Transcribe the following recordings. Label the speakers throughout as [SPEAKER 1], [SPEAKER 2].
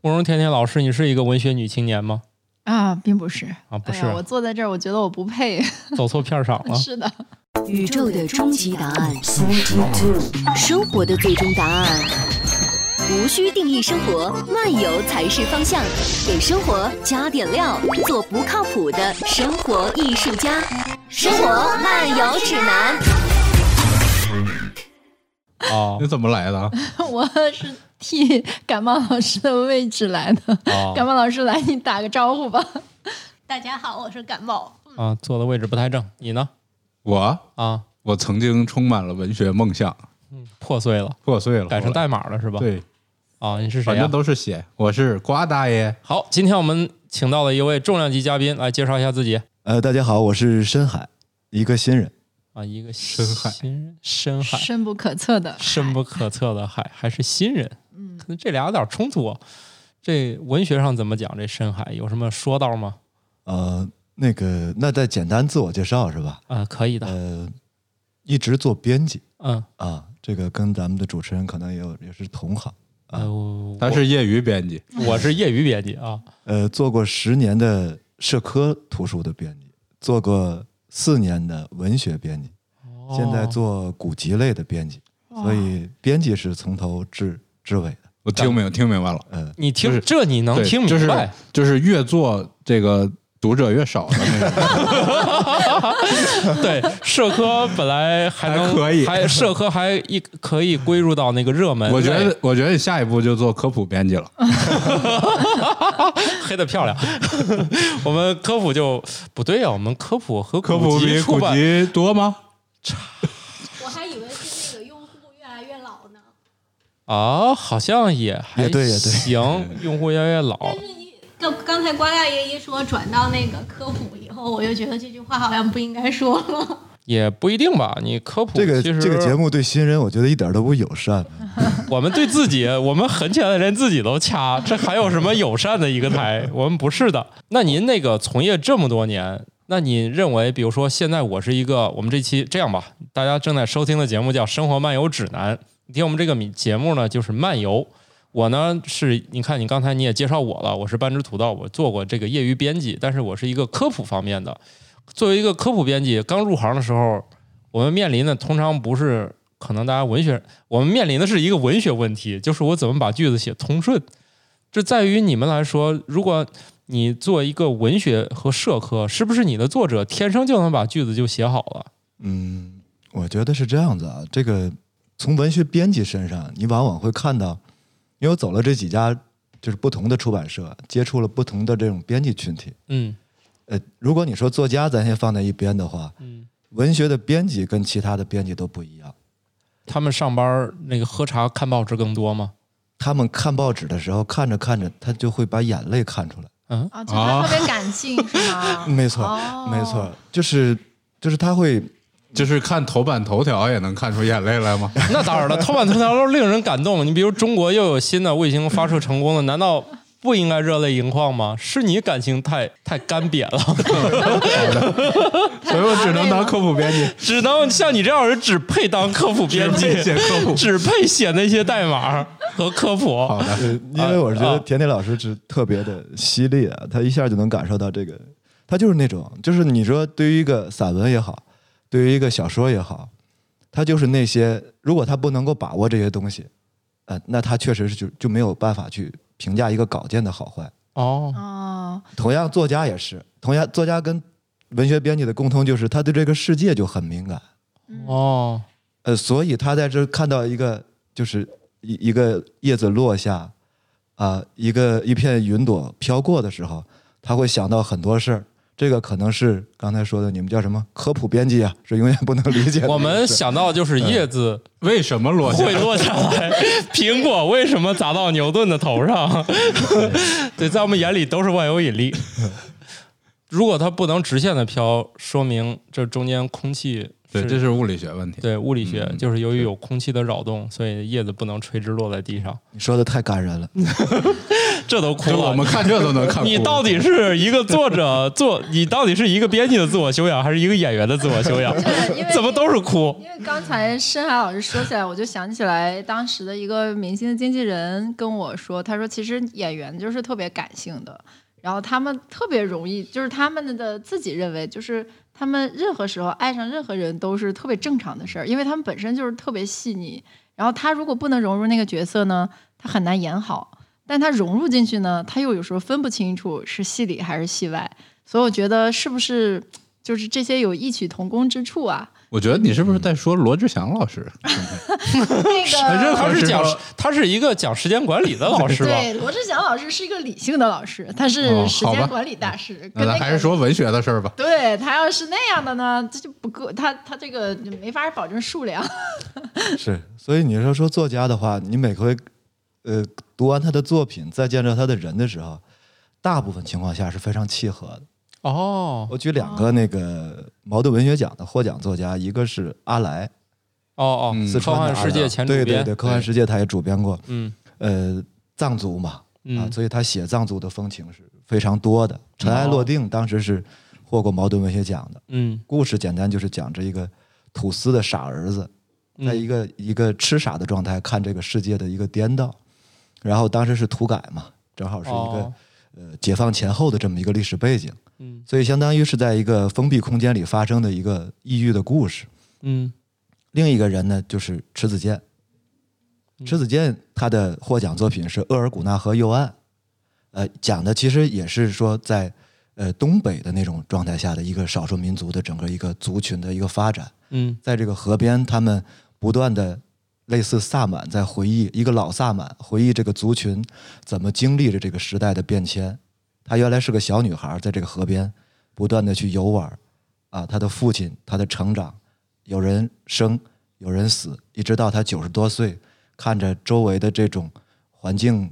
[SPEAKER 1] 慕容甜甜老师，你是一个文学女青年吗？
[SPEAKER 2] 啊，并不是
[SPEAKER 1] 啊，不
[SPEAKER 2] 哎呀
[SPEAKER 1] 是，啊
[SPEAKER 2] 我坐在这儿，我觉得我不配。
[SPEAKER 1] 走错片儿场了。
[SPEAKER 2] 是的，
[SPEAKER 3] 宇宙的终极答案，生活的最终答案。无需定义生活，漫游才是方向。给生活加点料，做不靠谱的生活艺术家。生活漫游指南。
[SPEAKER 1] 哦
[SPEAKER 4] 你怎么 来的？
[SPEAKER 2] 我是替感冒老师的位置来的。 感
[SPEAKER 1] 哦
[SPEAKER 2] 冒老师来，你打个招呼吧。
[SPEAKER 5] 大家好，我是感冒。
[SPEAKER 1] 啊，坐的位置不太正，你呢？
[SPEAKER 4] 我
[SPEAKER 1] 啊，
[SPEAKER 4] 我曾经充满了文学梦想，
[SPEAKER 1] 破碎了，
[SPEAKER 4] 破碎了，
[SPEAKER 1] 改成
[SPEAKER 4] 后来
[SPEAKER 1] 代码了是吧？
[SPEAKER 4] 对，
[SPEAKER 1] 啊，你是谁
[SPEAKER 4] 反
[SPEAKER 1] 呀
[SPEAKER 4] 正？都是写。我是瓜大爷，
[SPEAKER 1] 好，今天我们请到了一位重量级嘉宾来介绍一下自己
[SPEAKER 6] 呃，大家好，我是深海，一个新人。
[SPEAKER 1] 啊，一个
[SPEAKER 4] 深海
[SPEAKER 1] 新人，深海，
[SPEAKER 2] 深不可测的，
[SPEAKER 1] 嗯深不可测的海，还是新人，嗯，可能这俩有点冲突啊。这文学上怎么讲？这深海有什么说道吗？
[SPEAKER 6] 呃，那个，那再简单自我介绍是吧？
[SPEAKER 1] 啊，可以的，
[SPEAKER 6] 呃，一直做编辑
[SPEAKER 1] 嗯，
[SPEAKER 6] 啊，这个跟咱们的主持人可能也有也是同行。
[SPEAKER 1] 呃，我
[SPEAKER 4] 他是业余编辑，
[SPEAKER 1] 我是业余编辑啊，
[SPEAKER 6] 呃，做过十年的社科图书的编辑，做过四年的文学编辑，
[SPEAKER 1] 哦
[SPEAKER 6] 现在做古籍类的编辑，所以编辑是从头至至尾的。
[SPEAKER 4] 我听明听明白了，
[SPEAKER 6] 呃，
[SPEAKER 1] 你听、
[SPEAKER 4] 就是
[SPEAKER 1] 这你能
[SPEAKER 4] 对
[SPEAKER 1] 听明
[SPEAKER 4] 就是
[SPEAKER 1] 白？
[SPEAKER 4] 就是越做这个读者越少的那 种。
[SPEAKER 1] 对，社科本来还能
[SPEAKER 4] 还可以
[SPEAKER 1] 还社科还一可以归入到那个热门类，
[SPEAKER 4] 我觉得，我觉得你下一步就做科普编辑了。
[SPEAKER 1] 嗯黑的漂亮。 我们科普就不对啊，我们科普和
[SPEAKER 4] 科普
[SPEAKER 1] 籍
[SPEAKER 4] 比
[SPEAKER 1] 出
[SPEAKER 4] 古
[SPEAKER 1] 版
[SPEAKER 4] 籍多吗？
[SPEAKER 5] 我还以为是那个用户越来越老呢，
[SPEAKER 1] 啊，好像也还
[SPEAKER 6] 也对也对
[SPEAKER 1] 行，用户越来越老，
[SPEAKER 5] 但是一刚刚才瓜大爷一说转到那个科普以后，我就觉得这句话好像不应该说了。
[SPEAKER 1] 也不一定吧。你科普
[SPEAKER 6] 这个
[SPEAKER 1] 其实
[SPEAKER 6] 这个节目对新人，我觉得一点都不友善。
[SPEAKER 1] 我们对自己，我们很起来连自己都掐，这还有什么友善的一个台？我们不是的。那您那个从业这么多年，那你认为，比如说现在我是一个，我们这期这样吧，大家正在收听的节目叫《生活漫游指南》，你听我们这个米节目呢，就是漫游。我呢是，你看你刚才你也介绍我了，我是半只土豆，我做过这个业余编辑，但是我是一个科普方面的。作为一个科普编辑，刚入行的时候，我们面临的通常不是可能大家文学我们面临的是一个文学问题，就是我怎么把句子写通顺。这在于你们来说，如果你做一个文学和社科，是不是你的作者天生就能把句子就写好了？
[SPEAKER 6] 嗯，我觉得是这样子啊。这个从文学编辑身上，你往往会看到，因为我走了这几家就是不同的出版社，接触了不同的这种编辑群体。
[SPEAKER 1] 嗯
[SPEAKER 6] 呃，如果你说作家，咱先放在一边的话，
[SPEAKER 1] 嗯，
[SPEAKER 6] 文学的编辑跟其他的编辑都不一样。
[SPEAKER 1] 他们上班儿那个喝茶看报纸更多吗？
[SPEAKER 6] 他们看报纸的时候，看着看着，他就会把眼泪看出来。
[SPEAKER 2] 啊，就他特别感性，是 吗？
[SPEAKER 6] 没错，
[SPEAKER 2] 哦
[SPEAKER 6] 没错，就是就是他会
[SPEAKER 4] 就是看头版头条也能看出眼泪 来吗？
[SPEAKER 1] 那当然了，头版头条都令人感动。你比如中国又有新的卫星发射成功了，难道不应该热泪盈眶吗？是你感情太太干瘪了，
[SPEAKER 4] 所以我只能当科普编辑，
[SPEAKER 1] 只能像你这样的人只配当科普
[SPEAKER 4] 只
[SPEAKER 1] 编辑，
[SPEAKER 4] 配写科 普。
[SPEAKER 1] 只配写那些代码和科普。
[SPEAKER 4] 好的，
[SPEAKER 6] 呃，因为我是觉得甜甜老师是特别的犀利啊，他一下就能感受到这个，他就是那种，就是你说对于一个散文也好，对于一个小说也好，他就是那些，如果他不能够把握这些东西，呃，那他确实是就就没有办法去评价一个稿件的好坏。
[SPEAKER 1] 哦，
[SPEAKER 2] 哦，
[SPEAKER 6] 同样，作家也是，同样作家跟文学编辑的共通就是他对这个世界就很敏感，
[SPEAKER 1] 哦，
[SPEAKER 6] 呃，所以他在这看到一个就是一一个叶子落下，啊、一个一片云朵飘过的时候，他会想到很多事儿。这个可能是刚才说的，你们叫什么科普编辑啊，是永远不能理解的。
[SPEAKER 1] 我们想到就是叶子
[SPEAKER 4] 为什么落下？
[SPEAKER 1] 会落下来，苹果为什么砸到牛顿的头上？对，在我们眼里都是万有引力。如果它不能直线的飘，说明这中间空气
[SPEAKER 4] 对，
[SPEAKER 1] 是
[SPEAKER 4] 这是物理学问题。
[SPEAKER 1] 对物理学
[SPEAKER 4] 嗯
[SPEAKER 1] 就是由于有空气的扰动，所以叶子不能垂直落在地上。
[SPEAKER 6] 你说的太 感人了，
[SPEAKER 1] 这都哭
[SPEAKER 4] 就
[SPEAKER 1] 了，
[SPEAKER 4] 我们看这都能看哭。
[SPEAKER 1] 你到底是一个作者做，你到底是一个编辑的自我修养，还是一个演员的自我修 养？
[SPEAKER 2] 对因为
[SPEAKER 1] 怎么都是哭？
[SPEAKER 2] 因为刚才申海老师说起来，我就想起来当时的一个明星的经纪人跟我说，他说其实演员就是特别感性的，然后他们特别容易，就是他们的自己认为，就是他们任何时候爱上任何人都是特别正常的事儿，因为他们本身就是特别细腻。然后他如果不能融入那个角色呢，他很难演好；但他融入进去呢，他又有时候分不清楚是戏里还是戏外。所以我觉得是不是就是这些有异曲同工之处啊？
[SPEAKER 4] 我觉得你是
[SPEAKER 5] 嗯
[SPEAKER 4] 不是在说罗志祥老 师？
[SPEAKER 2] 那个
[SPEAKER 4] 任
[SPEAKER 1] 呃他
[SPEAKER 4] 何
[SPEAKER 1] 是
[SPEAKER 4] 时
[SPEAKER 1] 讲
[SPEAKER 4] 候，
[SPEAKER 1] 他是一个讲时间管理的老师吧？
[SPEAKER 2] 对，罗志祥老师是一个理性的老师，他
[SPEAKER 4] 哦
[SPEAKER 2] 是时
[SPEAKER 4] 好吧
[SPEAKER 2] 间管理大师，
[SPEAKER 4] 那
[SPEAKER 2] 跟那
[SPEAKER 4] 咱
[SPEAKER 2] 个
[SPEAKER 4] 还是说文学的事儿吧。
[SPEAKER 2] 对他要是那样的呢，这就不够，他他这个就没法保证数量。
[SPEAKER 6] 是。所以你说说作家的话，你每回呃读完他的作品，再见着他的人的时候，大部分情况下是非常契合的。
[SPEAKER 1] 哦
[SPEAKER 6] 我举两个那个毛豆文学奖的获奖作家，一个是阿来，
[SPEAKER 1] 哦哦，
[SPEAKER 4] 嗯
[SPEAKER 1] 科幻世界前主
[SPEAKER 6] 对
[SPEAKER 1] 编，
[SPEAKER 6] 对对，科幻世界他也主编过，
[SPEAKER 1] 嗯
[SPEAKER 6] 呃，藏族嘛，啊
[SPEAKER 1] 嗯，
[SPEAKER 6] 所以他写藏族的风情是非常多的。《尘埃
[SPEAKER 1] 哦
[SPEAKER 6] 落定》当时是获过茅盾文学奖的。
[SPEAKER 1] 嗯
[SPEAKER 6] 故事简单就是讲着一个土司的傻儿子，
[SPEAKER 1] 嗯
[SPEAKER 6] 在一个、一个痴傻的状态看这个世界的一个颠倒。然后当时是土改嘛，正好是一个、
[SPEAKER 1] 哦
[SPEAKER 6] 呃解放前后的这么一个历史背景，
[SPEAKER 1] 嗯
[SPEAKER 6] 所以相当于是在一个封闭空间里发生的一个抑郁的故事。
[SPEAKER 1] 嗯
[SPEAKER 6] 另一个人呢，就是迟子建。迟子建他的获奖作品是《额尔古纳河右岸》，呃，讲的其实也是说在呃东北的那种状态下的一个少数民族的整个一个族群的一个发展，
[SPEAKER 1] 嗯
[SPEAKER 6] 在这个河边，他们不断的类似萨满在回忆一个老萨满回忆这个族群怎么经历着这个时代的变迁。她原来是个小女孩，在这个河边不断的去游玩，啊，她的父亲，她的成长，有人生，有人死，一直到她九十多岁，看着周围的这种环境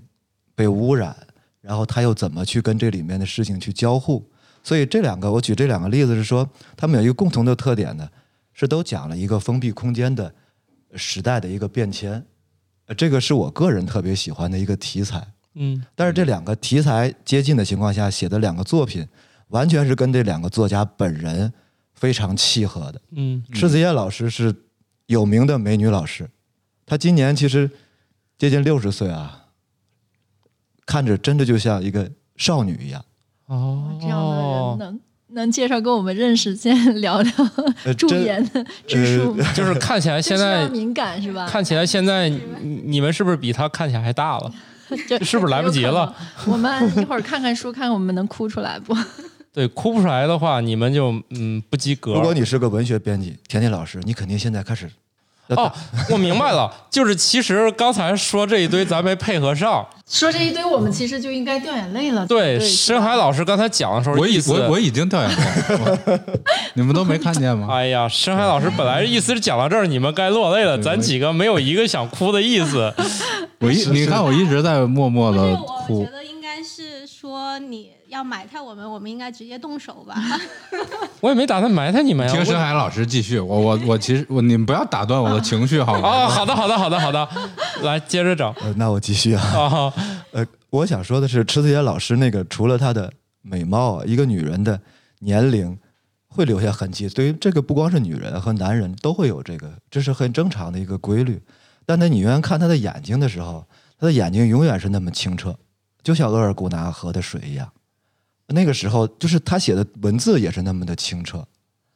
[SPEAKER 6] 被污染，然后她又怎么去跟这里面的事情去交互？所以这两个，我举这两个例子是说，他们有一个共同的特点呢，是都讲了一个封闭空间的呃时代的一个变迁，呃这个是我个人特别喜欢的一个题材。
[SPEAKER 1] 嗯
[SPEAKER 6] 但是这两个题材接近的情况下写的两个作品，完全是跟这两个作家本人非常契合的。
[SPEAKER 1] 嗯
[SPEAKER 6] 迟子燕老师是有名的美女老师，她今年其实接近六十岁啊，看着真的就像一个少女一样。
[SPEAKER 1] 哦，
[SPEAKER 2] 这样的人能能介绍跟我们认识，先聊聊
[SPEAKER 6] 呃
[SPEAKER 2] 助
[SPEAKER 6] 真
[SPEAKER 2] 演的 支数吗，
[SPEAKER 1] 就是看起来现
[SPEAKER 2] 就是
[SPEAKER 1] 在
[SPEAKER 2] 要敏感是吧？
[SPEAKER 1] 看起来现 在你你们是不是比他看起来还大了？
[SPEAKER 2] 这
[SPEAKER 1] 是不是来不及了？
[SPEAKER 2] 有可能我们一会儿看看书，看看我们能哭出来不？
[SPEAKER 1] 对，哭不出来的话，你们就嗯不及格。
[SPEAKER 6] 如果你是个文学编辑，甜甜老师，你肯定现在开始要打
[SPEAKER 1] 哦，我明白了，就是其实刚才说这一堆咱没配合上。
[SPEAKER 2] 说这一堆，我们其实就应该掉眼泪了。
[SPEAKER 1] 对，
[SPEAKER 2] 对，
[SPEAKER 1] 深海老师刚才讲的时候，
[SPEAKER 4] 我
[SPEAKER 1] 意
[SPEAKER 4] 已
[SPEAKER 1] 思
[SPEAKER 4] 我我已经掉眼泪了，我你们都没看见吗？
[SPEAKER 1] 哎呀，深海老师本来意思是讲到这儿，你们该落泪了，咱几个没有一个想哭的意 思。
[SPEAKER 4] 我一你看我一直在默默
[SPEAKER 5] 不是，
[SPEAKER 4] 的
[SPEAKER 5] 我
[SPEAKER 4] 哭
[SPEAKER 5] 觉。得应该是说你要埋汰我们，我们应该直接动手吧。
[SPEAKER 1] 我也没打算埋汰你们呀
[SPEAKER 4] 听。深海老师继续，我我我其实我你们不要打断我的情绪好
[SPEAKER 1] 我哦，
[SPEAKER 4] 吗？
[SPEAKER 1] 好的，好的，好的，好的，来接着整
[SPEAKER 6] 呃，那我继续啊。
[SPEAKER 1] 啊。
[SPEAKER 6] 呃，我想说的是，迟子妍老师那个，除了她的美貌，啊一个女人的年龄会留下痕迹。对于这个，不光是女人和男人都会有这个，这是很正常的一个规律。但在你远远看她的眼睛的时候，她的眼睛永远是那么清澈，就像额尔古纳河的水一样。那个时候，就是她写的文字也是那么的清澈。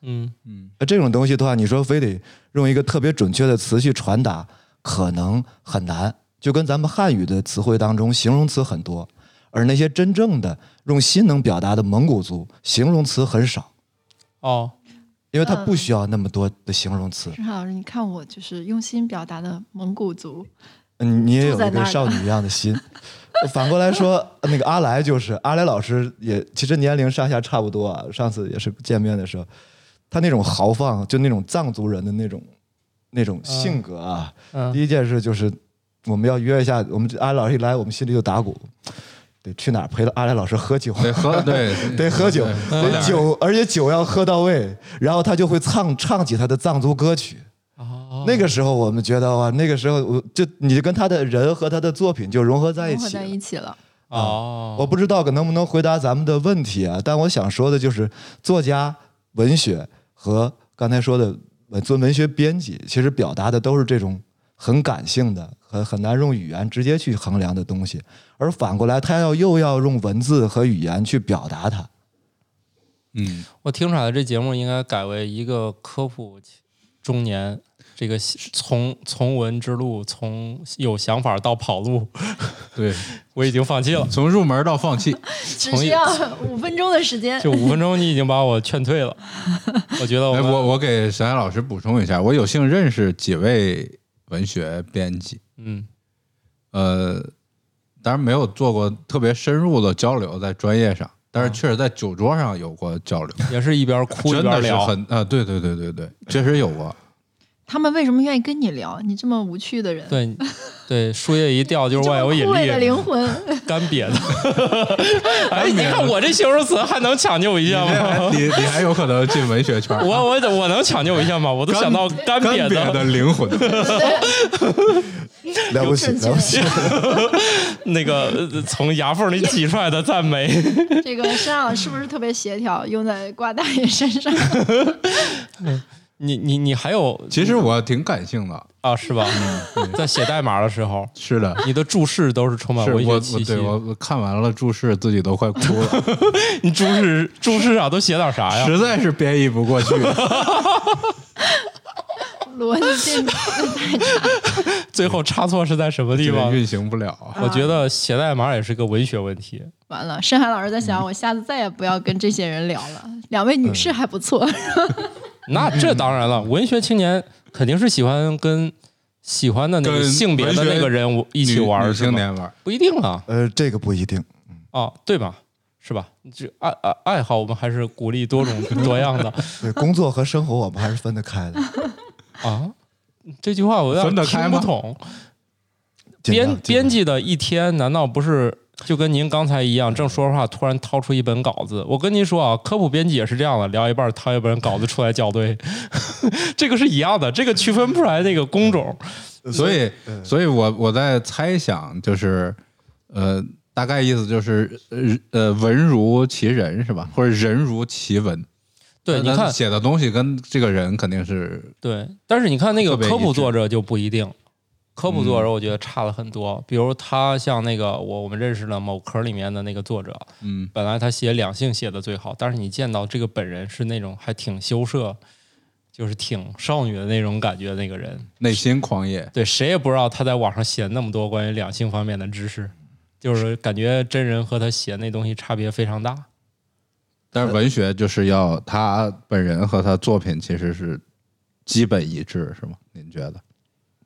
[SPEAKER 1] 嗯，
[SPEAKER 6] 呃，这种东西的话，你说非得用一个特别准确的词去传达，可能很难。就跟咱们汉语的词汇当中，形容词很多，而那些真正的用心能表达的蒙古族，形容词很少，
[SPEAKER 1] 哦，
[SPEAKER 6] 因为它不需要那么多的形容词。
[SPEAKER 2] 正好你看我就是用心表达的蒙古族，
[SPEAKER 6] 嗯，你也有
[SPEAKER 2] 住在
[SPEAKER 6] 一个
[SPEAKER 2] 那儿
[SPEAKER 6] 少女一样的心。反过来说，那个阿来就是阿来老师也，其实年龄上下差不多啊。上次也是见面的时候，他那种豪放，就那种藏族人的那种那种性格啊。
[SPEAKER 1] 嗯
[SPEAKER 6] 第一件事就是我们要约一下，我们阿来老师一来，我们心里就打鼓。对，去哪儿陪阿来老师喝酒？
[SPEAKER 4] 得喝，对
[SPEAKER 6] 得喝酒，
[SPEAKER 4] 对喝点
[SPEAKER 6] 得
[SPEAKER 4] 儿
[SPEAKER 6] 酒，而且酒要喝到位，然后他就会唱唱起他的藏族歌曲。
[SPEAKER 4] 哦
[SPEAKER 6] 那个时候我们觉得哇，那个时候我就你就跟他的人和他的作品就融合在一
[SPEAKER 2] 融合
[SPEAKER 6] 起了
[SPEAKER 2] 在。一起了。
[SPEAKER 1] 哦，
[SPEAKER 6] 我不知道能不能回答咱们的问题啊，但我想说的就是，作家、文学和刚才说的文做文学编辑，其实表达的都是这种很感性的、很很难用语言直接去衡量的东西，而反过来，他要又要用文字和语言去表达它。
[SPEAKER 4] 嗯，
[SPEAKER 1] 我听出来了，这节目应该改为一个科普中年，这个从从文之路，从有想法到跑路，
[SPEAKER 4] 对，
[SPEAKER 1] 我已经放弃了。
[SPEAKER 4] 从入门到放弃，
[SPEAKER 2] 只
[SPEAKER 1] 从
[SPEAKER 2] 需要五分钟的时间。
[SPEAKER 1] 就五分钟，你已经把我劝退了。我觉得我
[SPEAKER 4] 哎，
[SPEAKER 1] 们
[SPEAKER 4] 我我给沈海老师补充一下，我有幸认识几位文学编辑，
[SPEAKER 1] 嗯
[SPEAKER 4] 呃，当然没有做过特别深入的交流，在专业上，但
[SPEAKER 1] 嗯
[SPEAKER 4] 是确实在酒桌上有过 交流，
[SPEAKER 1] 也是一边哭一
[SPEAKER 4] 真的
[SPEAKER 1] 边
[SPEAKER 4] 是
[SPEAKER 1] 聊。
[SPEAKER 4] 很啊，对对对对对，确实有 过。
[SPEAKER 2] 他们为什么愿意跟你聊？你这么无趣的人，
[SPEAKER 1] 对对，树叶一掉就是
[SPEAKER 2] 这
[SPEAKER 1] 万
[SPEAKER 2] 么
[SPEAKER 1] 有引
[SPEAKER 2] 枯萎的
[SPEAKER 1] 力，
[SPEAKER 2] 灵魂，
[SPEAKER 1] 干瘪的。哎，你看我这形容词还能抢救一下 吗？
[SPEAKER 4] 你你还有可能进文学圈儿，
[SPEAKER 1] 我我我能抢救一下吗？我都想到干
[SPEAKER 4] 干
[SPEAKER 1] 瘪
[SPEAKER 4] 瘪的灵魂，
[SPEAKER 6] 了不起，
[SPEAKER 2] 正确
[SPEAKER 6] 了不起！
[SPEAKER 1] 那个呃从牙缝里挤出来的赞美。
[SPEAKER 2] 这个身上是不是特别协调？用在瓜大爷身上，
[SPEAKER 1] 你你你还有
[SPEAKER 4] 其实我挺感性的，
[SPEAKER 1] 啊，是吧？在写代码的时候，
[SPEAKER 4] 是的。
[SPEAKER 1] 你的注释都是充满
[SPEAKER 4] 是
[SPEAKER 1] 文
[SPEAKER 4] 我
[SPEAKER 1] 学
[SPEAKER 4] 我
[SPEAKER 1] 气息
[SPEAKER 4] 对
[SPEAKER 1] 的。
[SPEAKER 4] 我我看完了注释，自己都快哭 了，
[SPEAKER 1] 你注释注释上都写点啥哎呀？
[SPEAKER 4] 实在是编译不过去。
[SPEAKER 2] 逻辑
[SPEAKER 1] 最后差错是在什么地
[SPEAKER 4] 这个
[SPEAKER 1] 方？
[SPEAKER 4] 运行不了啊。
[SPEAKER 1] 我觉得写代码也是个文学问题。
[SPEAKER 2] 完了。深海老师在
[SPEAKER 1] 嗯
[SPEAKER 2] 想，我下次再也不要跟这些人聊了。两位女士还不错，
[SPEAKER 4] 嗯
[SPEAKER 1] 那这当然了，文学青年肯定是喜欢跟喜欢的那个
[SPEAKER 4] 跟
[SPEAKER 1] 性别的那个人一起玩
[SPEAKER 4] 女
[SPEAKER 1] 儿，
[SPEAKER 4] 女
[SPEAKER 1] 是
[SPEAKER 4] 青
[SPEAKER 1] 吗
[SPEAKER 4] 年玩儿，
[SPEAKER 1] 不一定啊，
[SPEAKER 6] 呃，这个不一定。
[SPEAKER 1] 啊，对吧？是吧？这爱爱爱好，我们还是鼓励多种多样 的
[SPEAKER 6] 对，工作和生活我们还是分得 开的。
[SPEAKER 1] 啊。这句话我有
[SPEAKER 4] 分得
[SPEAKER 1] 点听
[SPEAKER 4] 开
[SPEAKER 1] 不
[SPEAKER 4] 吗
[SPEAKER 1] 懂。
[SPEAKER 6] 尽
[SPEAKER 1] 编
[SPEAKER 6] 量尽量
[SPEAKER 1] 编辑的一天，难道不是就跟您刚才一样，正说着话，突然掏出一本稿子？我跟您说啊，科普编辑也是这样的，聊一半掏一本稿子出来校对， 这个是一样的，这个区分不出来那个工种。
[SPEAKER 4] 所以
[SPEAKER 6] 嗯
[SPEAKER 4] 所以我我在猜想，就是呃，大概意思就是呃呃，文如其人是吧？或者人如其文。
[SPEAKER 1] 对，
[SPEAKER 4] 那
[SPEAKER 1] 你
[SPEAKER 4] 他
[SPEAKER 1] 看，
[SPEAKER 4] 写的东西跟这个人肯定是
[SPEAKER 1] 对，但是你看那个
[SPEAKER 4] 特别一致嗯
[SPEAKER 1] 科普作者就不一定，科普作者我觉得差了很多。比如他像那个我我们认识的某科里面的那个作者，
[SPEAKER 4] 嗯，
[SPEAKER 1] 本来他写两性写的最好，但是你见到这个本人是那种还挺羞涩，就是挺少女的那种感觉的那个人。
[SPEAKER 4] 内心狂野。
[SPEAKER 1] 对，谁也不知道他在网上写那么多关于两性方面的知识，就是感觉真人和他写那东西差别非常大。
[SPEAKER 4] 但是文学就是要他本人和他作品其实是基本一致，是吗？您觉得？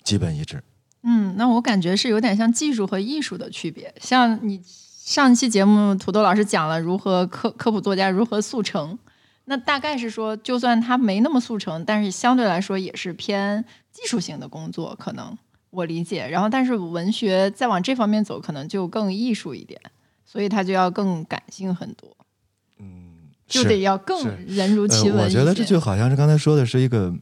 [SPEAKER 6] 基本一致。
[SPEAKER 2] 嗯，那我感觉是有点像技术和艺术的区别。像你上一期节目，土豆老师讲了如何科科普作家如何速成，那大概是说，就算他没那么速成，但是相对来说也是偏技术型的工作，可能我理解。然后，但是文学再往这方面走，可能就更艺术一点，所以他就要更感性很多，就是得要更
[SPEAKER 6] 嗯是
[SPEAKER 2] 人如其文一些、
[SPEAKER 6] 呃。我觉得这就好像是刚才说的是一个，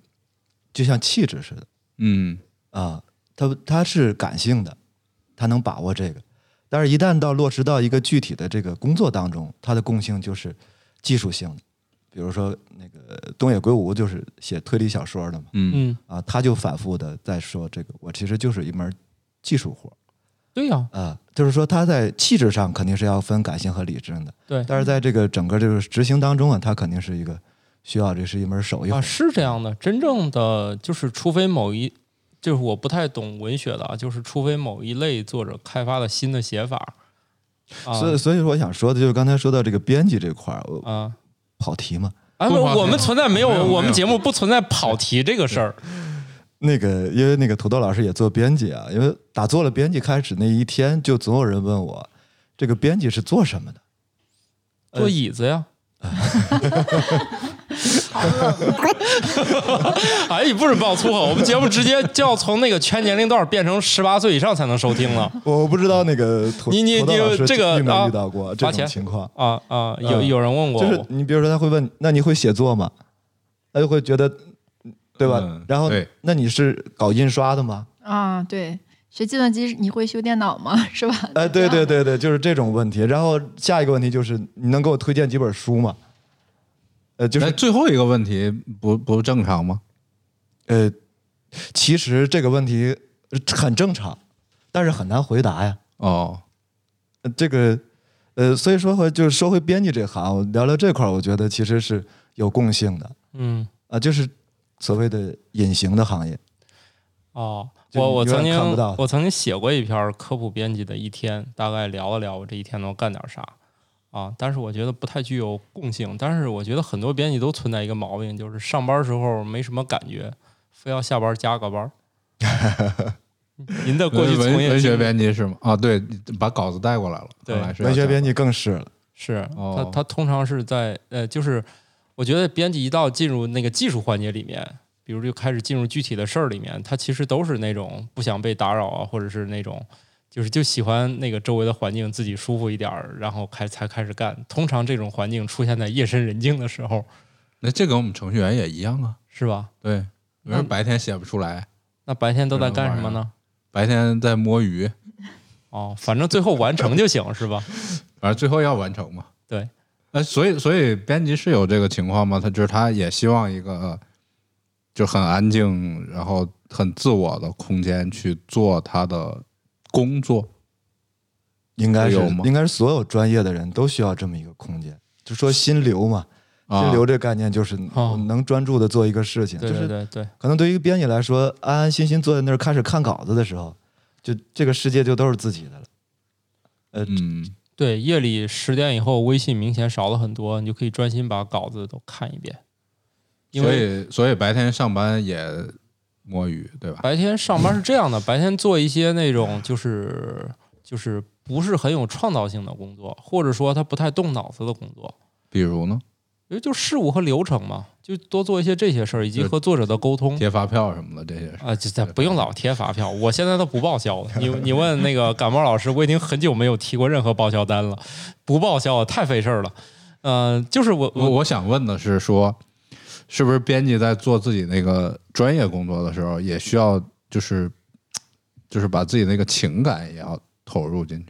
[SPEAKER 6] 就像气质似的
[SPEAKER 4] 嗯，
[SPEAKER 6] 啊，它它是感性的，它能把握这个，但是一旦到落实到一个具体的这个工作当中，它的共性就是技术性的。比如说那个东野圭吾就是写推理小说的嘛，
[SPEAKER 1] 嗯，
[SPEAKER 6] 啊，他就反复的在说这个，我其实就是一门技术活
[SPEAKER 1] 对呀、
[SPEAKER 6] 儿啊，就是说他在气质上肯定是要分感性和理智的，
[SPEAKER 1] 对
[SPEAKER 6] 但是在这个整个这个执行当中啊，他肯定是一个需要这是一门手艺活
[SPEAKER 1] 啊，
[SPEAKER 6] 儿
[SPEAKER 1] 是这样的。真正的就是，除非某一，就是我不太懂文学的啊，就是除非某一类作者开发了新的写法，啊
[SPEAKER 6] 所以，所以说我想说的就是刚才说到这个编辑这块儿，我
[SPEAKER 1] 啊。
[SPEAKER 6] 跑题嘛。
[SPEAKER 1] 啊，
[SPEAKER 4] 不
[SPEAKER 1] 不
[SPEAKER 4] 跑题
[SPEAKER 1] 我们存在没有，
[SPEAKER 4] 没有
[SPEAKER 1] 我们
[SPEAKER 4] 没有
[SPEAKER 1] 节目不存在跑题这个事儿。
[SPEAKER 6] 那个，因为那个土豆老师也做编辑啊，因为打做了编辑开始那一天，就总有人问我，这个编辑是做什么的？
[SPEAKER 1] 坐椅子呀， 哎，你不准爆粗口！我们节目直接就要从那个全年龄段变成十八岁以上才能收听了
[SPEAKER 6] 我不知道那个土
[SPEAKER 1] 你你
[SPEAKER 6] 土豆
[SPEAKER 1] 你
[SPEAKER 6] 老师
[SPEAKER 1] 这个
[SPEAKER 6] 遇没
[SPEAKER 1] 啊
[SPEAKER 6] 遇到
[SPEAKER 1] 罚
[SPEAKER 6] 过这
[SPEAKER 1] 钱
[SPEAKER 6] 种情况？
[SPEAKER 1] 啊啊！有
[SPEAKER 6] 嗯
[SPEAKER 1] 有人问过
[SPEAKER 6] 就是
[SPEAKER 1] 我，
[SPEAKER 6] 你比如说他会问，那你会写作吗？他就会觉得，对吧？
[SPEAKER 4] 嗯
[SPEAKER 6] 然后
[SPEAKER 4] 对
[SPEAKER 6] 那你是搞印刷的吗？
[SPEAKER 2] 啊，对，学计算机你会修电脑吗？ 是吧？
[SPEAKER 6] 哎，对对对对，就是这种问题。然后下一个问题就是，你能给我推荐几本书吗？呃，就
[SPEAKER 4] 那
[SPEAKER 6] 是
[SPEAKER 4] 哎最后一个问题不不正常吗？
[SPEAKER 6] 呃，其实这个问题很正常，但是很难回答呀。
[SPEAKER 4] 哦，
[SPEAKER 6] 呃这个，呃，所以说回就是说回编辑这行，我聊聊这块儿，我觉得其实是有共性的啊、
[SPEAKER 1] 嗯
[SPEAKER 6] 就是所谓的隐形的行业。
[SPEAKER 1] 哦，
[SPEAKER 6] 就
[SPEAKER 1] 我
[SPEAKER 6] 你
[SPEAKER 1] 我
[SPEAKER 6] 永
[SPEAKER 1] 曾
[SPEAKER 6] 远看
[SPEAKER 1] 经
[SPEAKER 6] 不到
[SPEAKER 1] 我曾经写过一篇科普编辑的一天，大概聊了聊我这一天都干点啥啊，但是我觉得不太具有共性。但是我觉得很多编辑都存在一个毛病，就是上班时候没什么感觉，非要下班加个 班儿。您的过去
[SPEAKER 4] 文
[SPEAKER 1] 从业
[SPEAKER 4] 文
[SPEAKER 1] 经
[SPEAKER 4] 学
[SPEAKER 1] 历
[SPEAKER 4] 编辑是吗？啊，对，把稿子带过来了。
[SPEAKER 1] 对
[SPEAKER 4] 看来是要啊
[SPEAKER 6] 文学
[SPEAKER 4] 这样
[SPEAKER 6] 编辑更是了，
[SPEAKER 1] 是，他
[SPEAKER 4] 哦
[SPEAKER 1] 他通常是在呃，就是我觉得编辑一到进入那个技术环节里面，比如就开始进入具体的事儿里面，他其实都是那种不想被打扰啊，或者是那种就是就喜欢那个周围的环境自己舒服一点儿，然后开才开始干。通常这种环境出现在夜深人静的时候，
[SPEAKER 4] 那这跟我们程序员也一样啊。
[SPEAKER 1] 是吧？
[SPEAKER 4] 对，有人白天写不出来，
[SPEAKER 1] 那白天都在干什么呢？
[SPEAKER 4] 白天在摸鱼，
[SPEAKER 1] 哦，反正最后完成就行，是吧？
[SPEAKER 4] 反正最后要完成嘛。
[SPEAKER 1] 对，
[SPEAKER 4] 那所以所以编辑是有这个情况吗？他就是他也希望一个呃就很安静，然后很自我的空间去做他的工作。
[SPEAKER 6] 应该是
[SPEAKER 4] 有吗
[SPEAKER 6] 应该是所有专业的人都需要这么一个空间。就说心流嘛，心
[SPEAKER 4] 啊
[SPEAKER 6] 流这概念就是
[SPEAKER 1] 哦
[SPEAKER 6] 能专注的做一个事情，
[SPEAKER 1] 对
[SPEAKER 6] 就
[SPEAKER 1] 对
[SPEAKER 6] 是
[SPEAKER 1] 对对，
[SPEAKER 6] 可能对于一个编辑来说，安安心心坐在那儿开始看稿子的时候，就这个世界就都是自己的了。呃，
[SPEAKER 4] 嗯，
[SPEAKER 1] 对，夜里十点以后，微信明显少了很多，你就可以专心把稿子都看一遍。因
[SPEAKER 4] 所
[SPEAKER 1] 为
[SPEAKER 4] 以所以白天上班也摸鱼，对吧？
[SPEAKER 1] 白天上班是这样的，白天做一些那种就是就是不是很有创造性的工作，或者说他不太动脑子的工作，
[SPEAKER 4] 比如呢，
[SPEAKER 1] 因为就事务和流程嘛，就多做一些这些事儿，以及
[SPEAKER 4] 就
[SPEAKER 1] 和作者的沟通。
[SPEAKER 4] 贴发票什么的这些事。
[SPEAKER 1] 啊，就咱不用老贴发票，我现在都不报销 了。你你问那个感冒老师，我已经很久没有提过任何报销单了，不报销太费事儿了。嗯、就是我
[SPEAKER 4] 我我想问的是说，是不是编辑在做自己那个专业工作的时候，也需要就是就是把自己那个情感也要投入进去？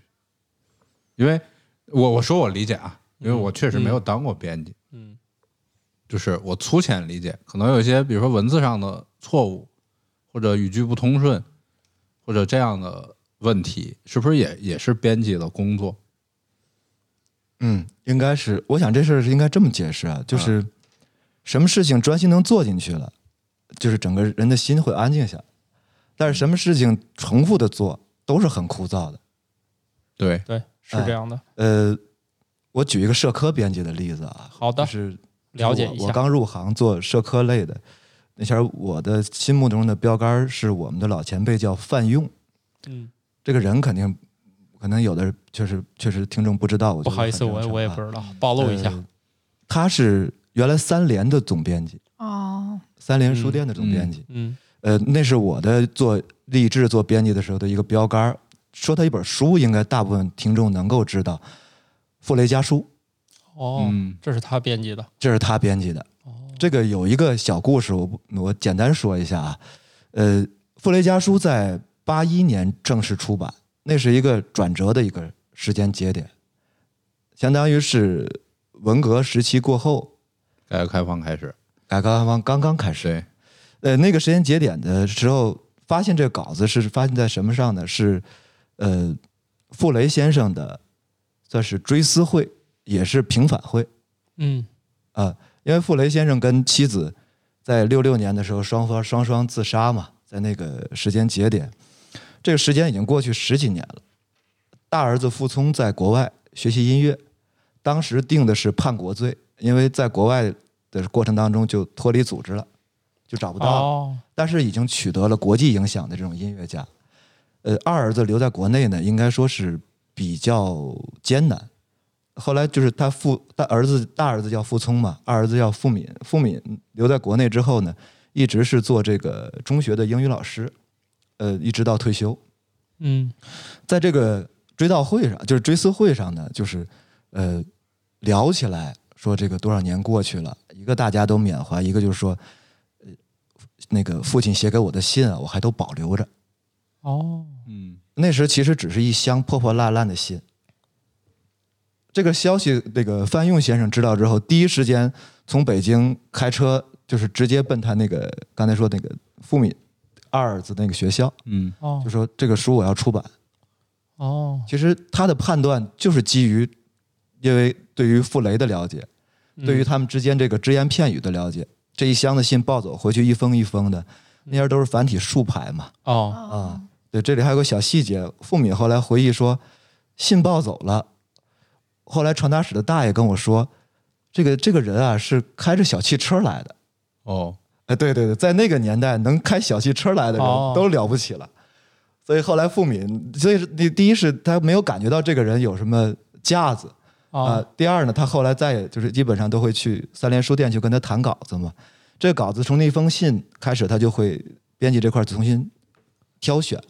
[SPEAKER 4] 因为我我说我理解啊，因为我确实没有当过编辑，
[SPEAKER 1] 嗯
[SPEAKER 4] 就是我粗浅理解，可能有一些比如说文字上的错误，或者语句不通顺，或者这样的问题，是不是也也是编辑的工作？
[SPEAKER 6] 嗯，应该是，我想这事儿是应该这么解释啊，就是什么事情专心能做进去了，就是整个人的心会安静下来。但是什么事情重复的做都是很枯燥的。
[SPEAKER 4] 对，
[SPEAKER 1] 对是这样的，
[SPEAKER 6] 呃，我举一个社科编辑的例子啊，
[SPEAKER 1] 好的
[SPEAKER 6] 就是
[SPEAKER 1] 了解
[SPEAKER 6] 我
[SPEAKER 1] 一
[SPEAKER 6] 我
[SPEAKER 1] 下。
[SPEAKER 6] 刚入行做社科类的，那前儿我的心目中的标杆儿是我们的老前辈叫范用，
[SPEAKER 1] 嗯，
[SPEAKER 6] 这个人肯定可能有的确实确实听众不知道，我
[SPEAKER 1] 不
[SPEAKER 6] 觉得
[SPEAKER 1] 好意
[SPEAKER 6] 很
[SPEAKER 1] 思，
[SPEAKER 6] 正
[SPEAKER 1] 我也
[SPEAKER 6] 常
[SPEAKER 1] 我也
[SPEAKER 6] 啊
[SPEAKER 1] 不知道，暴露一下。
[SPEAKER 6] 呃他是原来三联的总编辑，
[SPEAKER 2] 哦，
[SPEAKER 6] 三联书店的总编辑。
[SPEAKER 1] 嗯
[SPEAKER 6] 呃，那是我的做励志做编辑的时候的一个标杆儿。说他一本书，应该大部分听众能够知道，《傅雷家书》，
[SPEAKER 1] 哦，
[SPEAKER 4] 嗯
[SPEAKER 1] 这是他编辑的。
[SPEAKER 6] 这是他编辑的。这个有一个小故事，我不我简单说一下啊。呃，《傅雷家书》在八一年正式出版，那是一个转折的一个时间节点，相当于是文革时期过后，
[SPEAKER 4] 改革开放开始，
[SPEAKER 6] 改革开放刚刚开始。
[SPEAKER 4] 对，
[SPEAKER 6] 呃，那个时间节点的时候，发现这个稿子是发现在什么上呢？是呃，傅雷先生的算是追思会，也是平反会
[SPEAKER 1] 嗯
[SPEAKER 6] 啊、因为傅雷先生跟妻子在六六年的时候双方双双自杀嘛，在那个时间节点，这个时间已经过去十几年了。大儿子傅聪在国外学习音乐，当时定的是叛国罪，因为在国外的过程当中就脱离组织了，就找不到了。
[SPEAKER 1] 哦，
[SPEAKER 6] 但是已经取得了国际影响的这种音乐家。呃，二儿子留在国内呢，应该说是比较艰难，后来就是他傅他儿子大儿子叫傅聪嘛，二儿子叫傅敏。傅敏留在国内之后呢，一直是做这个中学的英语老师，呃，一直到退休。
[SPEAKER 1] 嗯
[SPEAKER 6] 在这个追悼会上，就是追思会上呢，就是呃聊起来说这个多少年过去了，一个大家都缅怀，一个就是说，呃，那个父亲写给我的信啊，我还都保留着。
[SPEAKER 1] 哦，
[SPEAKER 4] 嗯，
[SPEAKER 6] 那时其实只是一箱破破烂烂的信。这个消息，那个范用先生知道之后，第一时间从北京开车，就是直接奔他那个刚才说那个傅敏二儿子那个学校，
[SPEAKER 4] 嗯
[SPEAKER 1] 哦
[SPEAKER 6] 就说这个书我要出版。
[SPEAKER 1] 哦，
[SPEAKER 6] 其实他的判断就是基于，因为对于傅雷的了解，
[SPEAKER 1] 嗯
[SPEAKER 6] 对于他们之间这个只言片语的了解，这一箱的信抱走回去一封一封的，那些都是繁体竖排嘛。
[SPEAKER 1] 哦，
[SPEAKER 6] 啊，对，这里还有个小细节，傅敏后来回忆说，信抱走了，后来传达室的大爷跟我说，这个这个人啊是开着小汽车来的。
[SPEAKER 4] 哦，
[SPEAKER 6] 哎，对对对，在那个年代能开小汽车来的人
[SPEAKER 1] 哦
[SPEAKER 6] 都了不起了。所以后来傅敏，所以是你第一是他没有感觉到这个人有什么架子啊、
[SPEAKER 1] 哦，
[SPEAKER 6] 第二呢，他后来再也就是基本上都会去三联书店去跟他谈稿子嘛。这个稿子从那封信开始，他就会编辑这块儿重新挑选。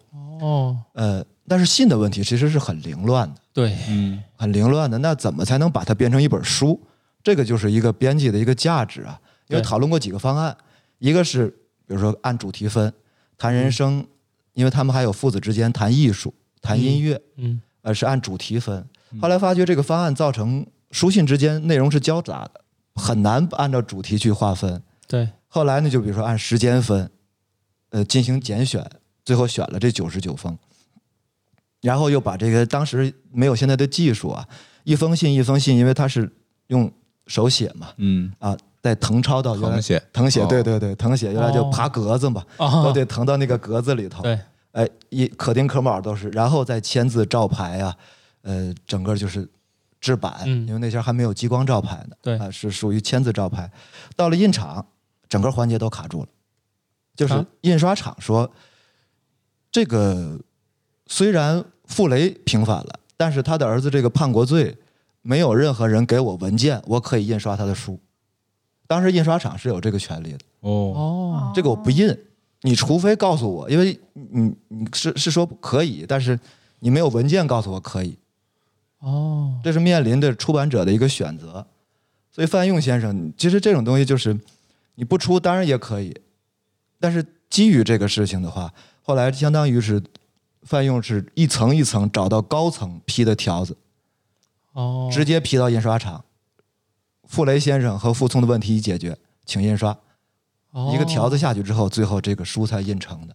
[SPEAKER 1] 哦，
[SPEAKER 6] 呃，但是信的问题其实是很凌乱的，
[SPEAKER 1] 对，
[SPEAKER 4] 嗯
[SPEAKER 6] 很凌乱的。那怎么才能把它变成一本书？这个就是一个编辑的一个价值啊。因为
[SPEAKER 1] 对
[SPEAKER 6] 讨论过几个方案，一个是比如说按主题分，谈
[SPEAKER 1] 嗯
[SPEAKER 6] 人生，因为他们还有父子之间谈艺术、谈音乐，
[SPEAKER 1] 嗯
[SPEAKER 6] 呃，是按主题分。后来发觉这个方案造成书信之间内容是交杂的，很难按照主题去划分。
[SPEAKER 1] 对，
[SPEAKER 6] 后来呢，就比如说按时间分，呃，进行拣选，最后选了这九十九封，然后又把这个当时没有现在的技术啊，一封信一封信，因为它是用手写嘛，
[SPEAKER 4] 嗯，
[SPEAKER 6] 啊，再誊抄到原来
[SPEAKER 4] 誊写
[SPEAKER 6] 誊写，
[SPEAKER 4] 哦
[SPEAKER 6] 对对对，誊写原来就爬格子嘛，
[SPEAKER 1] 哦
[SPEAKER 6] 都得誊到那个格子里头，
[SPEAKER 1] 对，
[SPEAKER 6] 哎，一可丁可卯都是，然后再签字照牌啊，呃，整个就是制版，
[SPEAKER 1] 嗯
[SPEAKER 6] 因为那前儿还没有激光照牌呢，
[SPEAKER 1] 对
[SPEAKER 6] 啊，是属于签字照牌。到了印厂，整个环节都卡住了，就是
[SPEAKER 1] 啊
[SPEAKER 6] 印刷厂说，这个虽然傅雷平反了，但是他的儿子这个叛国罪，没有任何人给我文件，我可以印刷他的书。当时印刷厂是有这个权利的。
[SPEAKER 4] 哦，
[SPEAKER 1] 哦，
[SPEAKER 6] 这个我不印，你除非告诉我，因为你你是是说可以，但是你没有文件告诉我可以，
[SPEAKER 1] 哦，
[SPEAKER 6] 这是面临着出版者的一个选择。所以范用先生，其实这种东西就是你不出当然也可以，但是基于这个事情的话，后来相当于是范用是一层一层找到高层批的条子，
[SPEAKER 1] 哦，
[SPEAKER 6] 直接批到印刷厂。傅雷先生和傅聪的问题已解决，请印刷。一个条
[SPEAKER 1] 子，
[SPEAKER 6] 子下去之后，最后这个书才印成的。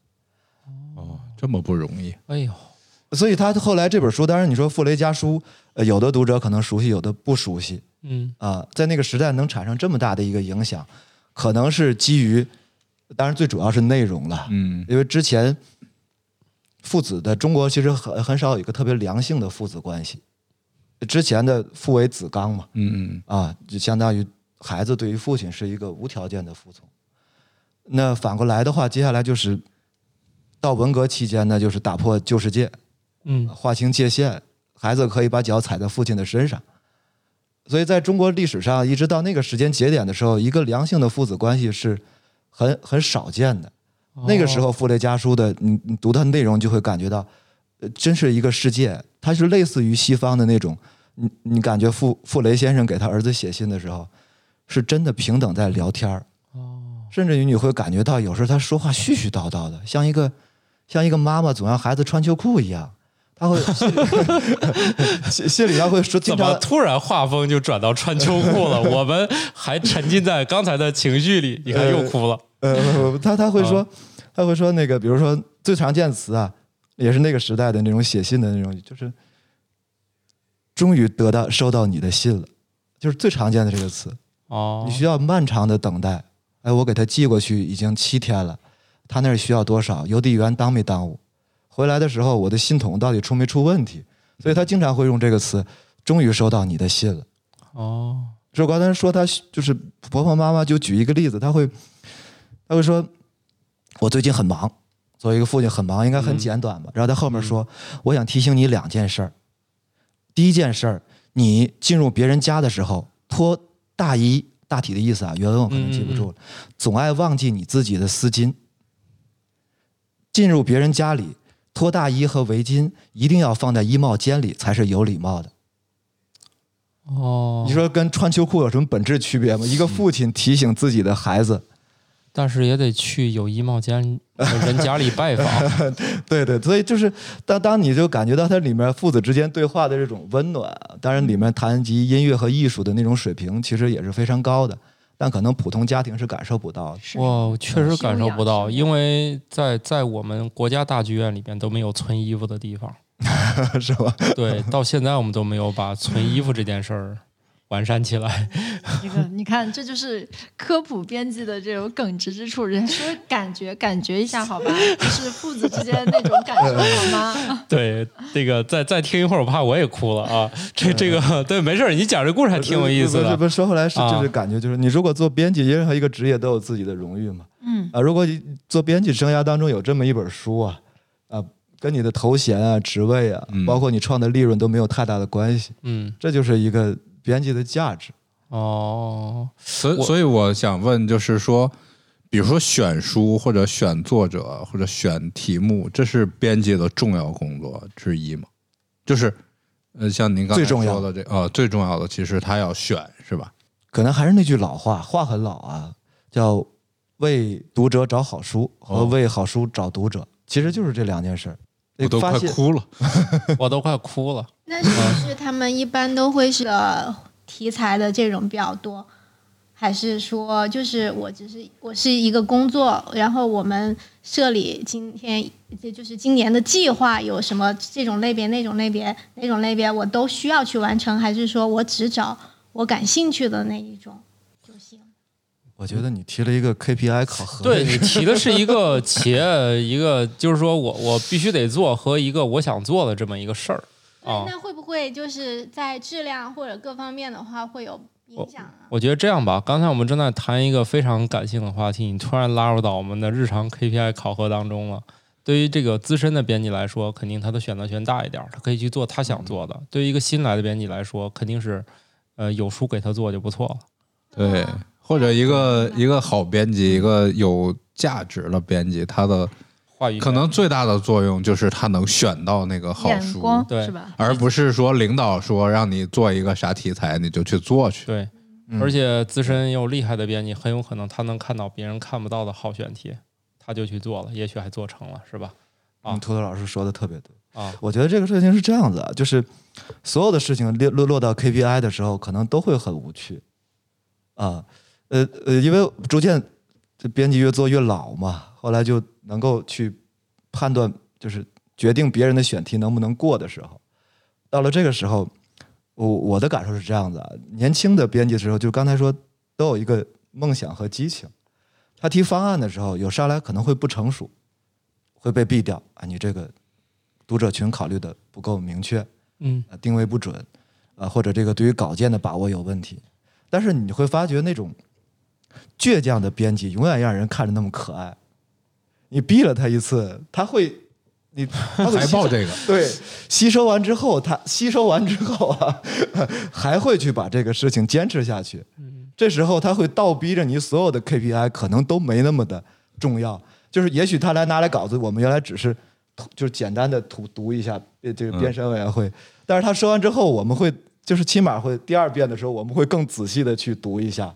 [SPEAKER 4] 哦，这么不容易，
[SPEAKER 1] 哎呦，
[SPEAKER 6] 所以他后来这本书，当然你说傅雷家书，呃，有的读者可能熟悉，有的不熟悉
[SPEAKER 1] 嗯，
[SPEAKER 6] 啊、在那个时代能产生这么大的一个影响，可能是基于，当然最主要是内容了，
[SPEAKER 4] 嗯
[SPEAKER 6] 因为之前父子的中国其实很很少有一个特别良性的父子关系，之前的父为子纲嘛，
[SPEAKER 4] 嗯嗯
[SPEAKER 6] 啊，就相当于孩子对于父亲是一个无条件的服从。那反过来的话，接下来就是到文革期间呢，就是打破旧世界，
[SPEAKER 1] 嗯，
[SPEAKER 6] 划清界限，孩子可以把脚踩在父亲的身上。所以在中国历史上，一直到那个时间节点的时候，一个良性的父子关系是很很少见的。那个时
[SPEAKER 1] 哦
[SPEAKER 6] 候，傅雷家书的，你你读它内容就会感觉到，呃，真是一个世界。它是类似于西方的那种，你你感觉傅傅雷先生给他儿子写信的时候，是真的平等在聊天儿，
[SPEAKER 1] 哦
[SPEAKER 6] 甚至于你会感觉到有时候他说话絮絮叨叨的，像一个像一个妈妈总让孩子穿秋裤一样，他会 心心里他会说，经
[SPEAKER 1] 怎么
[SPEAKER 6] 常
[SPEAKER 1] 突然画风就转到穿秋裤 了？我们还沉浸在刚才的情绪里，你看又哭了。
[SPEAKER 6] 呃，不不他他会说，他会说那个，比如说最常见的词啊，也是那个时代的那种写信的那种，就是终于得到收到你的信了，就是最常见的这个词。
[SPEAKER 1] 哦
[SPEAKER 6] 你，需要漫长的等待。哎，我给他寄过去已经七天了，他那儿需要多少？邮递员耽没耽误？回来的时候我的信筒到底出没出问题？所以他经常会用这个词。终于收到你的信了。
[SPEAKER 1] 哦，
[SPEAKER 6] 就我刚才说他就是婆婆妈妈，就举一个例子，他会他会说，我最近很忙，作为一个父亲很忙，应
[SPEAKER 1] 嗯
[SPEAKER 6] 该很简短吧。然后他后面说，我想提醒你两件事儿。第一件事儿，你进入别人家的时候，脱大衣大体的意思啊，原文我可能记不住了，总爱忘记你自己的丝巾。进入别人家里，脱大衣和围巾一定要放在衣帽间里才是有礼貌的。
[SPEAKER 1] 哦
[SPEAKER 6] 你，说跟穿秋裤有什么本质区别吗？一个父亲提醒自己的孩子，
[SPEAKER 1] 但是也得去有衣帽 间的人家里拜访。
[SPEAKER 6] 对对，所以就是当当你就感觉到它里面父子之间对话的这种温暖，当然里面谈及音乐和艺术的那种水平，其实也是非常高的，但可能普通家庭是感受不到的。
[SPEAKER 2] 是
[SPEAKER 1] 我确实感受不到，
[SPEAKER 2] 修养
[SPEAKER 1] 因为在在我们国家大剧院里边都没有存衣服的地 方，
[SPEAKER 6] 是吧？
[SPEAKER 1] 对，到现在我们都没有把存衣服这件事儿完善起来。
[SPEAKER 2] 这个你看，这就是科普编辑的这种耿直之处。人说感觉感觉一下好吧，就是父子之间那种感受好 吗？
[SPEAKER 1] 对，这个再再听一会儿，我怕我也哭了啊！这这个对，没事儿，你讲这故事还挺有意思
[SPEAKER 6] 不是
[SPEAKER 1] 的
[SPEAKER 6] 不。是，说回来是
[SPEAKER 1] 啊
[SPEAKER 6] 就是感觉就是你如果做编辑，任何一个职业都有自己的荣誉嘛。
[SPEAKER 2] 嗯
[SPEAKER 6] 啊，如果你做编辑生涯当中有这么一本书啊，啊，跟你的头衔啊、职位啊，
[SPEAKER 4] 嗯
[SPEAKER 6] 包括你创的利润都没有太大的关系，
[SPEAKER 1] 嗯，
[SPEAKER 6] 这就是一个编辑的价值。
[SPEAKER 1] 哦，
[SPEAKER 4] 所以
[SPEAKER 1] 我
[SPEAKER 4] 所以我想问，就是说，比如说选书或者选作者或者选题目，这是编辑的重要工作之一吗？就是，呃，像您刚才
[SPEAKER 6] 最重要
[SPEAKER 4] 说的这啊、最重要的其实他要选是吧？
[SPEAKER 6] 可能还是那句老话，话很老啊，叫为读者找好书和
[SPEAKER 4] 哦
[SPEAKER 6] 为好书找读者，其实就是这两件事儿。
[SPEAKER 4] 我都
[SPEAKER 6] 发
[SPEAKER 4] 快
[SPEAKER 6] 现
[SPEAKER 4] 哭了。
[SPEAKER 1] 我都快哭了。
[SPEAKER 5] 那是不是他们一般都会是呃题材的这种比较多，还是说就是我只是我是一个工作，然后我们社里今天这就是今年的计划有什么这种类别、那种类别、哪种类别我都需要去完成，还是说我只找我感兴趣的那一种就行？
[SPEAKER 6] 我觉得你提了一个 KPI 考 核，
[SPEAKER 1] 对你提的是一个企业，一个就是说我我必须得做和一个我想做的这么一个事儿啊。
[SPEAKER 5] 那会不会就是在质量或者各方面的话会有影响啊？
[SPEAKER 1] 我觉得这样吧，刚才我们正在谈一个非常感性的话题，你突然拉入到我们的日常 KPI 考核当中了。对于这个资深的编辑来说，肯定他的选择权大一点儿，他可以去做他想做的。对于一个新来的编辑来说，肯定是，呃，有书给他做就不错了。
[SPEAKER 4] 对，或者一个一个好编辑，一个有价值的编辑，他的
[SPEAKER 1] 话语
[SPEAKER 4] 可能最大的作用就是他能选到那个好
[SPEAKER 2] 眼
[SPEAKER 4] 书，
[SPEAKER 2] 光
[SPEAKER 1] 对
[SPEAKER 2] 是吧？
[SPEAKER 4] 而不是说领导说让你做一个啥题材你就去做去。
[SPEAKER 1] 对，
[SPEAKER 6] 嗯
[SPEAKER 1] 而且资深又厉害的编辑，很有可能他能看到别人看不到的好选题，他就去做了，也许还做成了，是吧？啊
[SPEAKER 6] 嗯，土豆老师说的特别对。
[SPEAKER 1] 啊，
[SPEAKER 6] 我觉得这个事情是这样子啊，就是所有的事情落落落到 KPI 的时候，可能都会很无趣啊。呃呃，因为逐渐这编辑越做越老嘛，后来就能够去判断，就是决定别人的选题能不能过的时候，到了这个时候，我我的感受是这样子啊，年轻的编辑的时候，就刚才说都有一个梦想和激情，他提方案的时候，有上来可能会不成熟，会被毙掉啊，你这个读者群考虑的不够明确，
[SPEAKER 1] 嗯，
[SPEAKER 6] 呃定位不准，啊，或者这个对于稿件的把握有问题。但是你会发觉那种倔强的编辑，永远让人看着那么可爱。你逼了他一次，他会，你他会
[SPEAKER 4] 还
[SPEAKER 6] 吸
[SPEAKER 4] 报
[SPEAKER 6] 收
[SPEAKER 4] 这个，
[SPEAKER 6] 对，吸收完之后，他吸收完之后啊，还会去把这个事情坚持下去。这时候他会倒逼着你所有的 KPI 可能都没那么的重要，就是也许他来拿来稿子，我们原来只是吐就是简单的读读一下呃这个编审委员会，但是他说完之后，我们会就是起码会第二遍的时候，我们会更仔细的去读一下。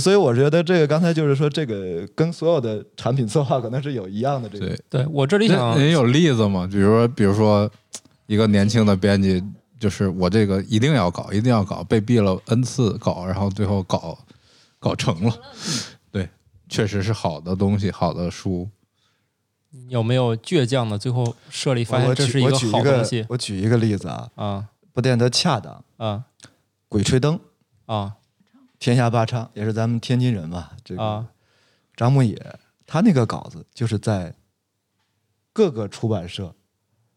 [SPEAKER 6] 所以我觉得这个刚才就是说，这个跟所有的产品策划可能是有一样的这个
[SPEAKER 4] 对
[SPEAKER 1] 对我这里
[SPEAKER 4] 那
[SPEAKER 1] 想
[SPEAKER 4] 您有例子吗？比如说，比如说，一个年轻的编辑，就是我这个一定要搞，一定要搞，被毙了 n 次搞，然后最后搞搞成了。
[SPEAKER 6] 嗯
[SPEAKER 4] 对，确实是好的东西，好的书。
[SPEAKER 1] 有没有倔强的，最后设立发
[SPEAKER 6] 我
[SPEAKER 1] 现
[SPEAKER 6] 我
[SPEAKER 1] 这
[SPEAKER 6] 举
[SPEAKER 1] 是一
[SPEAKER 6] 我
[SPEAKER 1] 个
[SPEAKER 6] 举
[SPEAKER 1] 好东西
[SPEAKER 6] 我举一个例子啊，
[SPEAKER 1] 啊
[SPEAKER 6] 不见得恰当。
[SPEAKER 1] 啊
[SPEAKER 6] 鬼吹灯，
[SPEAKER 1] 啊
[SPEAKER 6] 天下霸唱也是咱们天津人嘛，这个
[SPEAKER 1] 啊！
[SPEAKER 6] 张牧野，他那个稿子就是在各个出版社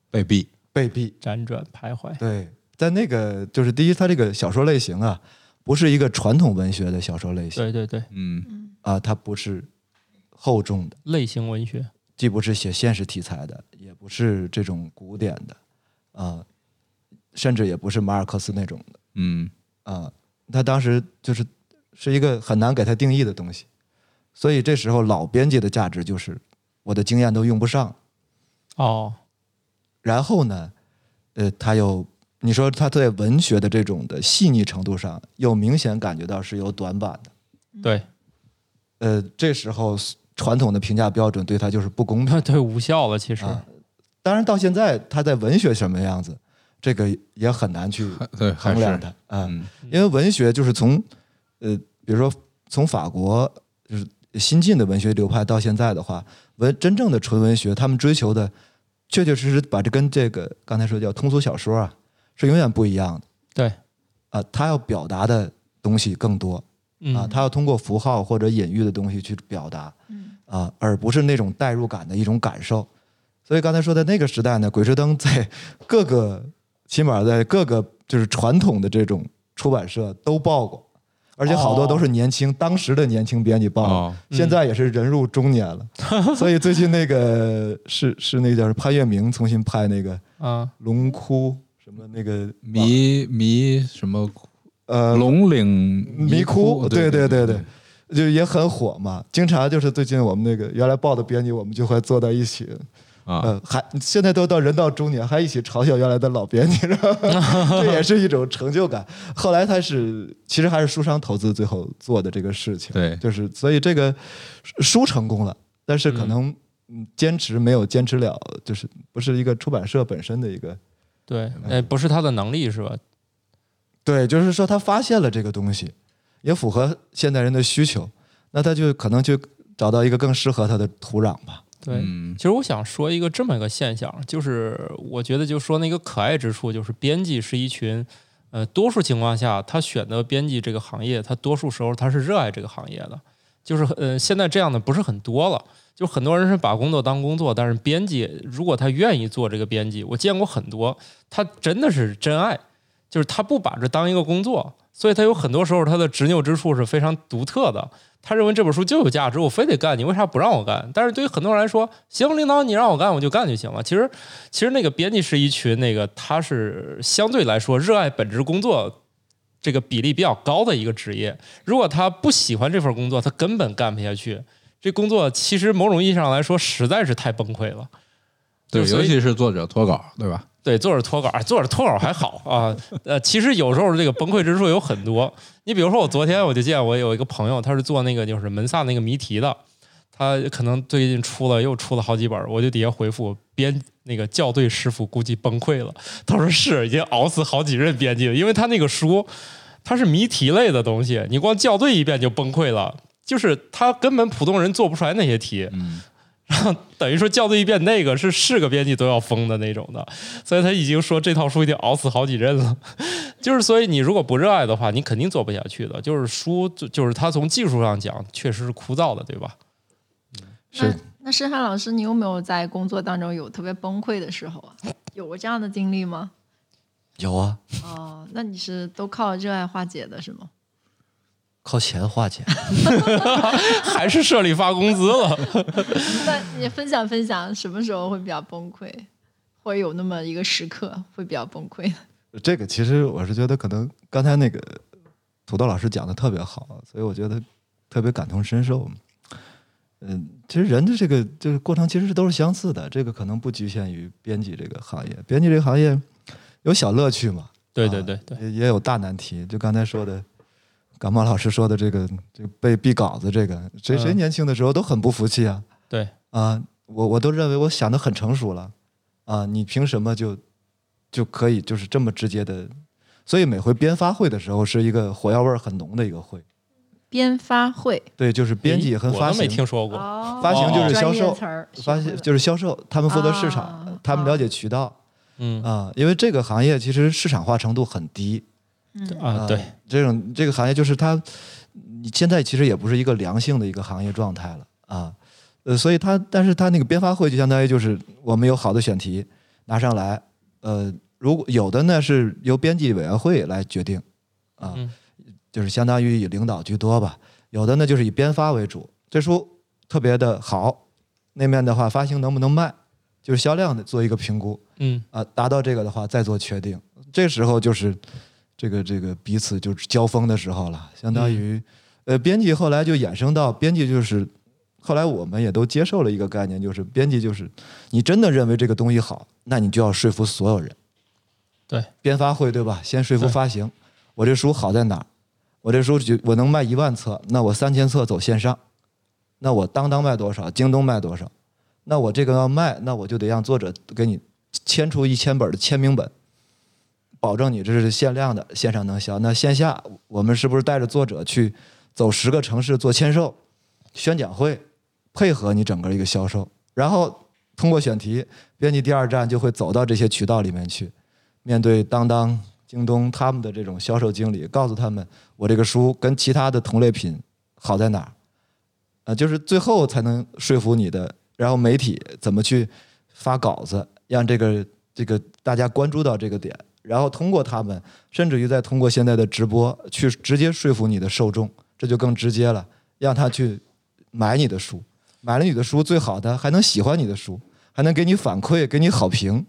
[SPEAKER 4] 被毙，
[SPEAKER 6] 被毙。
[SPEAKER 1] 辗转徘徊，
[SPEAKER 6] 对，在那个就是第一，他这个小说类型啊，不是一个传统文学的小说类型
[SPEAKER 1] 对对对，
[SPEAKER 4] 嗯，
[SPEAKER 6] 啊，它不是厚重的，
[SPEAKER 1] 类型文学，
[SPEAKER 6] 既不是写现实题材的，也不是这种古典的，啊、甚至也不是马尔克斯那种的，
[SPEAKER 4] 嗯
[SPEAKER 6] 啊，他当时就是是一个很难给他定义的东西，所以这时候老编辑的价值就是我的经验都用不上。
[SPEAKER 1] 哦，
[SPEAKER 6] 然后呢，呃，他又你说他在文学的这种的细腻程度上，又明显感觉到是有短板的。
[SPEAKER 1] 对，
[SPEAKER 6] 呃，这时候传统的评价标准对他就是不公平
[SPEAKER 1] 那。对无效了，其实
[SPEAKER 6] 啊当然，到现在他在文学什么样子，这个也很难去
[SPEAKER 4] 对，还
[SPEAKER 6] 衡量
[SPEAKER 4] 是
[SPEAKER 6] 它啊、
[SPEAKER 4] 嗯
[SPEAKER 6] 因为文学就是从呃，比如说从法国就是新进的文学流派到现在的话，文真正的纯文学，他们追求的确确实实把这跟这个刚才说叫通俗小说啊，是永远不一样的
[SPEAKER 1] 对，
[SPEAKER 6] 啊、他要表达的东西更多
[SPEAKER 1] 嗯
[SPEAKER 6] 啊、他要通过符号或者隐喻的东西去表达啊、而不是那种代入感的一种感受。所以刚才说的那个时代呢，《鬼吹灯》在各个，起码在各个就是传统的这种出版社都报过，而且好多都是年轻，当时的年轻编辑报的，
[SPEAKER 4] 哦
[SPEAKER 6] 现在也是人入中年了。所以最近那个是是那叫是潘粤明重新拍那个《
[SPEAKER 1] 啊，
[SPEAKER 6] 龙窟》什么那个
[SPEAKER 4] 迷迷什么
[SPEAKER 6] 呃
[SPEAKER 4] 龙岭
[SPEAKER 6] 迷窟，对
[SPEAKER 4] 对
[SPEAKER 6] 对对对，就也很火嘛。经常就是最近我们那个原来报的编辑，我们就会坐在一起，
[SPEAKER 4] 啊，
[SPEAKER 6] 呃，还现在都到人到中年，还一起嘲笑原来的老编辑， 是吧这也是一种成就感。后来他是其实还是书商投资最后做的这个事情，
[SPEAKER 4] 对
[SPEAKER 6] 就是所以这个书成功了，但是可能嗯坚持没有坚持了，就是不是一个出版社本身的一个
[SPEAKER 1] 对，哎，不是他的能力是吧？
[SPEAKER 6] 对，就是说他发现了这个东西，也符合现代人的需求，那他就可能就找到一个更适合他的土壤吧。
[SPEAKER 1] 对，
[SPEAKER 4] 嗯
[SPEAKER 1] 其实我想说一个这么一个现象，就是我觉得就说那个可爱之处，就是编辑是一群，呃，多数情况下他选择编辑这个行业，他多数时候他是热爱这个行业的，就是呃，现在这样的不是很多了。就很多人是把工作当工作，但是编辑如果他愿意做这个编辑，我见过很多，他真的是真爱，就是他不把这当一个工作，所以他有很多时候他的执拗之处是非常独特的。他认为这本书就有价值，我非得干，你为啥不让我干？但是对于很多人来说，行，领导你让我干我就干就行了。其实，其实那个编辑是一群那个他是相对来说热爱本职工作这个比例比较高的一个职业。如果他不喜欢这份工作，他根本干不下去。这工作其实某种意义上来说实在是太崩溃了。
[SPEAKER 4] 对，
[SPEAKER 1] 所以
[SPEAKER 4] 尤其是作者脱稿，对吧？
[SPEAKER 1] 对，作者脱稿，哎作者脱稿还好啊。呃，其实有时候这个崩溃之处有很多。你比如说，我昨天我就见我有一个朋友，他是做那个就是门萨那个谜题的，他可能最近出了又出了好几本，我就底下回复编那个校对师傅估计崩溃了。他说是，已经熬死好几任编辑了，因为他那个书它是谜题类的东西，你光校对一遍就崩溃了，就是他根本普通人做不出来那些题。
[SPEAKER 4] 嗯，
[SPEAKER 1] 等于说校对一遍那个是是个编辑都要疯的那种的，所以他已经说这套书已经熬死好几任了。 就是所以你如果不热爱的话，你肯定做不下去的。就是书就就是它从技术上讲确实是枯燥的，对 吧？
[SPEAKER 2] 那那申汉老师，你有没有在工作当中有特别崩溃的时候啊？有过这样的经历吗？
[SPEAKER 6] 有啊，
[SPEAKER 2] 哦，那你是都靠热爱化解的是吗？
[SPEAKER 6] 靠钱化解。
[SPEAKER 1] 还是社里发工资了？
[SPEAKER 2] 那你分享分享，什么时候会比较崩溃，或者有那么一个时刻会比较崩溃？
[SPEAKER 6] 这个其实我是觉得，可能刚才那个土豆老师讲的特别好，所以我觉得特别感同身受。嗯，其实人的这个就是过程，其实都是相似的。这个可能不局限于编辑这个行业，编辑这个行业有小乐趣嘛，
[SPEAKER 1] 对对对对，
[SPEAKER 6] 也也有大难题。就刚才说的，感冒老师说的这个，这个被毙稿子，这个谁谁
[SPEAKER 1] 嗯
[SPEAKER 6] 年轻的时候都很不服气啊。
[SPEAKER 1] 对
[SPEAKER 6] 啊，我我都认为我想的很成熟了，啊，你凭什么就就可以就是这么直接的？所以每回编发会的时候是一个火药味儿很浓的一个会，
[SPEAKER 2] 编发会
[SPEAKER 6] 对，就是编辑和
[SPEAKER 1] 我
[SPEAKER 6] 发
[SPEAKER 1] 都没
[SPEAKER 6] 行
[SPEAKER 1] 听，说过。
[SPEAKER 2] 哦
[SPEAKER 6] 发行就是销
[SPEAKER 2] 专业
[SPEAKER 6] 售
[SPEAKER 2] 词儿，
[SPEAKER 6] 发
[SPEAKER 2] 学会
[SPEAKER 6] 行
[SPEAKER 2] 了
[SPEAKER 6] 就是销售，他们负责市场，
[SPEAKER 2] 啊
[SPEAKER 6] 他们了解渠道
[SPEAKER 1] 嗯
[SPEAKER 6] 啊，因为这个行业其实市场化程度很低，
[SPEAKER 1] 啊，对，
[SPEAKER 6] 呃这种这个行业就是它，你现在其实也不是一个良性的一个行业状态了啊，呃，所以它但是它那个编发会就相当于就是我们有好的选题拿上来，呃，如果有的呢是由编辑委员会来决定啊，
[SPEAKER 1] 嗯
[SPEAKER 6] 就是相当于以领导居多吧，有的呢就是以编发为主，这书特别的好，那面的话发行能不能卖，就是销量的做一个评估，
[SPEAKER 1] 嗯
[SPEAKER 6] 啊，达到这个的话再做确定。这时候就是这个这个彼此就是交锋的时候了，相
[SPEAKER 1] 嗯
[SPEAKER 6] 当于，呃，编辑后来就衍生到编辑就是，后来我们也都接受了一个概念，就是编辑就是你真的认为这个东西好，那你就要说服所有人。
[SPEAKER 1] 对，
[SPEAKER 6] 编发会对吧？先说服
[SPEAKER 1] 对
[SPEAKER 6] 发行，我这书好在哪儿？我这书就我能卖一万册，那我三千册走线上，那我当当卖多少，京东卖多少，那我这个要卖，那我就得让作者给你签出一千本的签名本，保证你这是限量的，线上能销。那线下我们是不是带着作者去走十个城市做签售、宣讲会，配合你整个一个销售？然后通过选题，编辑第二站就会走到这些渠道里面去，面对当当、京东他们的这种销售经理，告诉他们我这个书跟其他的同类品好在哪儿，呃，就是最后才能说服你的。然后媒体怎么去发稿子，让这个这个大家关注到这个点，然后通过他们，甚至于再通过现在的直播去直接说服你的受众，这就更直接了，让他去买你的书，买了你的书最好的还能喜欢你的书，还能给你反馈，给你好评。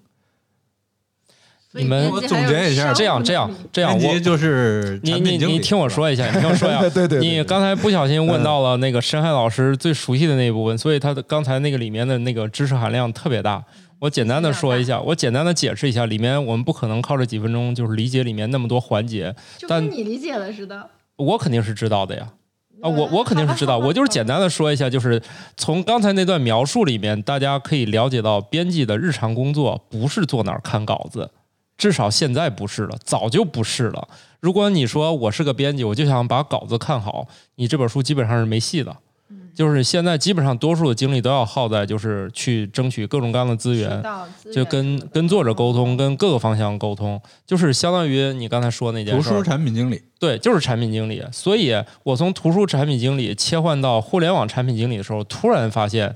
[SPEAKER 2] 所以
[SPEAKER 1] 你们
[SPEAKER 2] 编辑
[SPEAKER 1] 我
[SPEAKER 4] 总
[SPEAKER 2] 还有
[SPEAKER 4] 结一下
[SPEAKER 2] 商
[SPEAKER 1] 这样
[SPEAKER 2] 务
[SPEAKER 1] 这样
[SPEAKER 2] 能力
[SPEAKER 1] 这样，啊我
[SPEAKER 4] 编辑就是
[SPEAKER 1] 你
[SPEAKER 4] 产
[SPEAKER 1] 你
[SPEAKER 4] 品经理
[SPEAKER 1] 你听我说一下，你听我说一 下。
[SPEAKER 6] 对对对对
[SPEAKER 1] 你刚才不小心
[SPEAKER 4] 嗯
[SPEAKER 1] 问到了那个深海老师最熟悉的那一部分，所以他的刚才那个里面的那个知识含量特别大。我简单的说一下，我简单的解释一下，里面我们不可能靠这几分钟就是理解里面那么多环节，
[SPEAKER 2] 就
[SPEAKER 1] 但
[SPEAKER 2] 跟你理解的似的。嗯
[SPEAKER 1] 我肯定是知道的呀。啊，我我肯定是知 道，我就是简单的说一下，就是从刚才那段描述里面，大家可以了解到编辑的日常工作不是坐那儿看稿子，至少现在不是了，早就不是了。如果你说我是个编辑，我就想把稿子看好，你这本书基本上是没戏的。就是现在基本上多数的精力都要耗在就是去争取各种各样的资源，
[SPEAKER 2] 渠道资源嗯
[SPEAKER 1] 就跟
[SPEAKER 2] 什么的
[SPEAKER 1] 跟作者沟通，跟各个方向沟通，就是相当于你刚才说那件
[SPEAKER 4] 图
[SPEAKER 1] 事儿
[SPEAKER 4] 书产品经理，
[SPEAKER 1] 对，就是产品经理。所以我从图书产品经理切换到互联网产品经理的时候，突然发现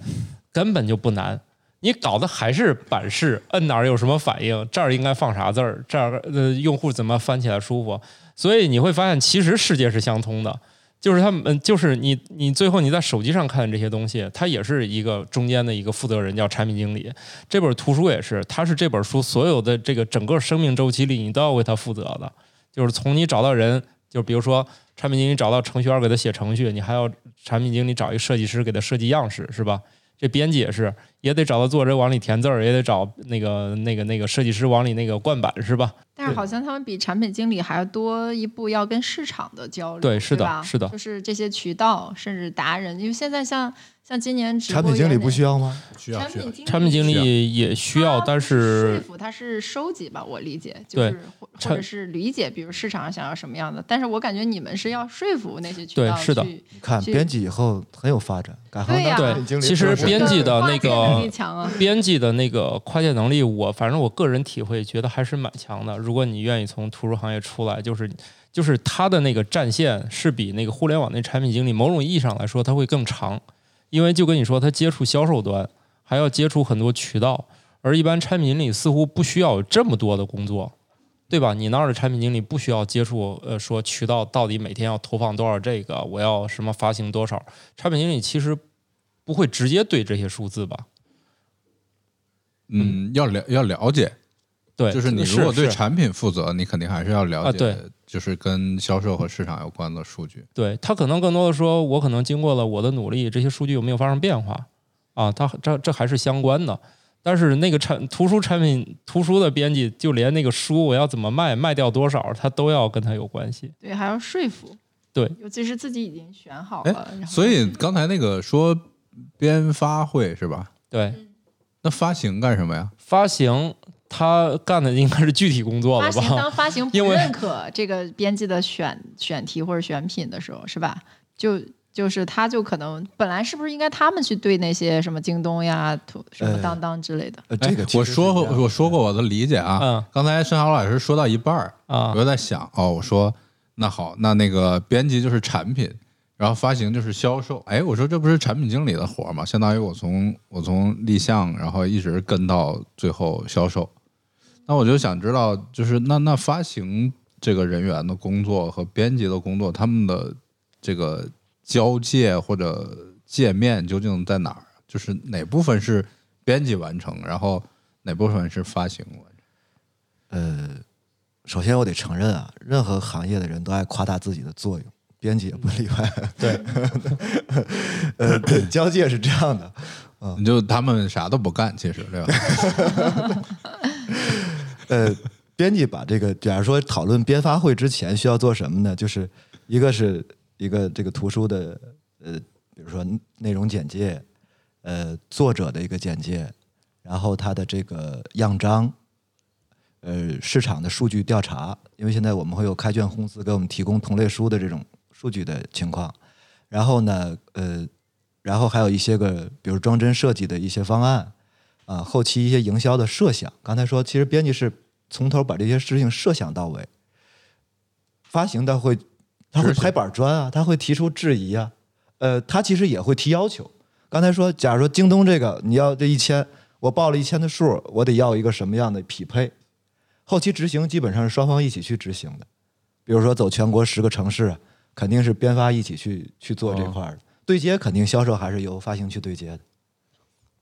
[SPEAKER 1] 根本就不难。你搞的还是版式，摁哪儿有什么反应，这儿应该放啥字儿，这儿呃用户怎么翻起来舒服。所以你会发现，其实世界是相通的。就是他们，呃就是你，你最后你在手机上看这些东西，它也是一个中间的一个负责人叫产品经理。这本图书也是，它是这本书所有的这个整个生命周期里，你都要为它负责的。就是从你找到人，就比如说产品经理找到程序员给他写程序，你还要产品经理找一个设计师给他设计样式，是吧？这编辑也是，也得找到作者往里填字儿，也得找那个那个那个设计师往里那个灌版，是吧？
[SPEAKER 2] 但是好像他们比产品经理还要多一步，要跟市场的交流。
[SPEAKER 1] 对是的
[SPEAKER 2] 吧
[SPEAKER 1] 是的
[SPEAKER 2] 就是这些渠道，甚至达人，因为现在像像今年直播
[SPEAKER 6] 产品经理
[SPEAKER 2] 也得
[SPEAKER 6] 不需要吗？
[SPEAKER 4] 需要
[SPEAKER 2] 产
[SPEAKER 4] 需
[SPEAKER 2] 品
[SPEAKER 4] 要。
[SPEAKER 2] 经理
[SPEAKER 1] 产品经
[SPEAKER 4] 需要
[SPEAKER 1] 理也需要，
[SPEAKER 2] 他
[SPEAKER 1] 但
[SPEAKER 2] 不是
[SPEAKER 1] 是
[SPEAKER 2] 说服他是收集吧，我理解就
[SPEAKER 1] 对
[SPEAKER 2] 是或或
[SPEAKER 1] 产
[SPEAKER 2] 者是理解，比如市场上想要什么样的。但是我感觉你们是要说服那些渠
[SPEAKER 1] 对
[SPEAKER 2] 道
[SPEAKER 1] 是的
[SPEAKER 2] 去
[SPEAKER 6] 看
[SPEAKER 2] 去
[SPEAKER 6] 编辑以后很有发展，改行
[SPEAKER 2] 对
[SPEAKER 6] 当
[SPEAKER 2] 呀
[SPEAKER 6] 产品经
[SPEAKER 1] 对，
[SPEAKER 6] 理
[SPEAKER 1] 其
[SPEAKER 6] 是
[SPEAKER 1] 实
[SPEAKER 6] 不是
[SPEAKER 1] 编辑的那
[SPEAKER 2] 跨界能力
[SPEAKER 1] 个
[SPEAKER 2] 强啊，
[SPEAKER 1] 编辑的那个跨界能力，我反正我个人体会觉得还是蛮强的。如果你愿意从图书行业出来，就是就是他的那个战线是比那个互联网那产品经理某种意义上来说，他会更长，因为就跟你说，他接触销售端，还要接触很多渠道，而一般产品经理似乎不需要有这么多的工作。对吧？你那儿的产品经理不需要接触，呃，说渠道到底每天要投放多少这个，我要什么发行多少？产品经理其实不会直接对这些数字吧？
[SPEAKER 4] 嗯，要了要了解，
[SPEAKER 1] 对，
[SPEAKER 4] 就是你如果对
[SPEAKER 1] 是
[SPEAKER 4] 产品负责，你肯定还是要了
[SPEAKER 1] 啊
[SPEAKER 4] 解，
[SPEAKER 1] 对
[SPEAKER 4] 就是跟销售和市场有关的数据。
[SPEAKER 1] 对他可能更多的说，我可能经过了我的努力，这些数据有没有发生变化啊？他这这还是相关的。但是那个产图书产品图书的编辑，就连那个书我要怎么卖，卖掉多少，他都要跟他有关系。
[SPEAKER 2] 对，还要说服。
[SPEAKER 1] 对，
[SPEAKER 2] 尤其是自己已经选好
[SPEAKER 4] 哎
[SPEAKER 2] 了，然后
[SPEAKER 4] 所以刚才那个说编发会是吧？
[SPEAKER 1] 对，
[SPEAKER 2] 嗯
[SPEAKER 4] 那发行干什么呀？
[SPEAKER 1] 发行他干的应该是具体工作
[SPEAKER 2] 发
[SPEAKER 1] 了
[SPEAKER 2] 行
[SPEAKER 1] 吧？啊
[SPEAKER 2] 当发行不
[SPEAKER 1] 因为
[SPEAKER 2] 认可这个编辑的选选题或者选品的时候，是吧？就就是他就可能本来是不是应该他们去对那些什么京东呀、图什么
[SPEAKER 6] 呃
[SPEAKER 2] 当当之类的？
[SPEAKER 6] 呃，
[SPEAKER 4] 哎
[SPEAKER 6] 这个
[SPEAKER 4] 我说过，我说
[SPEAKER 6] 过，
[SPEAKER 4] 过我的理解啊。
[SPEAKER 1] 嗯
[SPEAKER 4] 刚才申豪老师说到一半儿，
[SPEAKER 1] 啊
[SPEAKER 4] 我，就在想，哦，我说那好，那那个编辑就是产品，然后发行就是销售。哎，我说这不是产品经理的活儿吗？相当于我从我从立项，然后一直跟到最后销售。那我就想知道，就是那那发行这个人员的工作和编辑的工作，他们的这个交界或者界面究竟在哪儿？就是哪部分是编辑完成，然后哪部分是发行完成？
[SPEAKER 6] 呃，首先我得承认啊，任何行业的人都爱夸大自己的作用，编辑也不例外。
[SPEAKER 1] 对，
[SPEAKER 6] 呃，对，交界是这样的，
[SPEAKER 4] 你就他们啥都不干，其实对吧？
[SPEAKER 6] 呃，编辑把这个，假如说讨论编发会之前需要做什么呢？就是一个是一个这个图书的呃，比如说内容简介，呃，作者的一个简介，然后它的这个样章，呃，市场的数据调查，因为现在我们会有开卷公司给我们提供同类书的这种数据的情况，然后呢，呃，然后还有一些个，比如装帧设计的一些方案，啊，后期一些营销的设想。刚才说，其实编辑是从头把这些事情设想到尾，发行他会他会拍板砖啊，他会提出质疑啊，呃，他其实也会提要求。刚才说，假如说京东这个你要这一千，我报了一千的数，我得要一个什么样的匹配？后期执行基本上是双方一起去执行的，比如说走全国十个城市啊，肯定是编发一起去去做
[SPEAKER 1] 哦
[SPEAKER 6] 这块儿的。对接肯定销售还是由发行去对接的，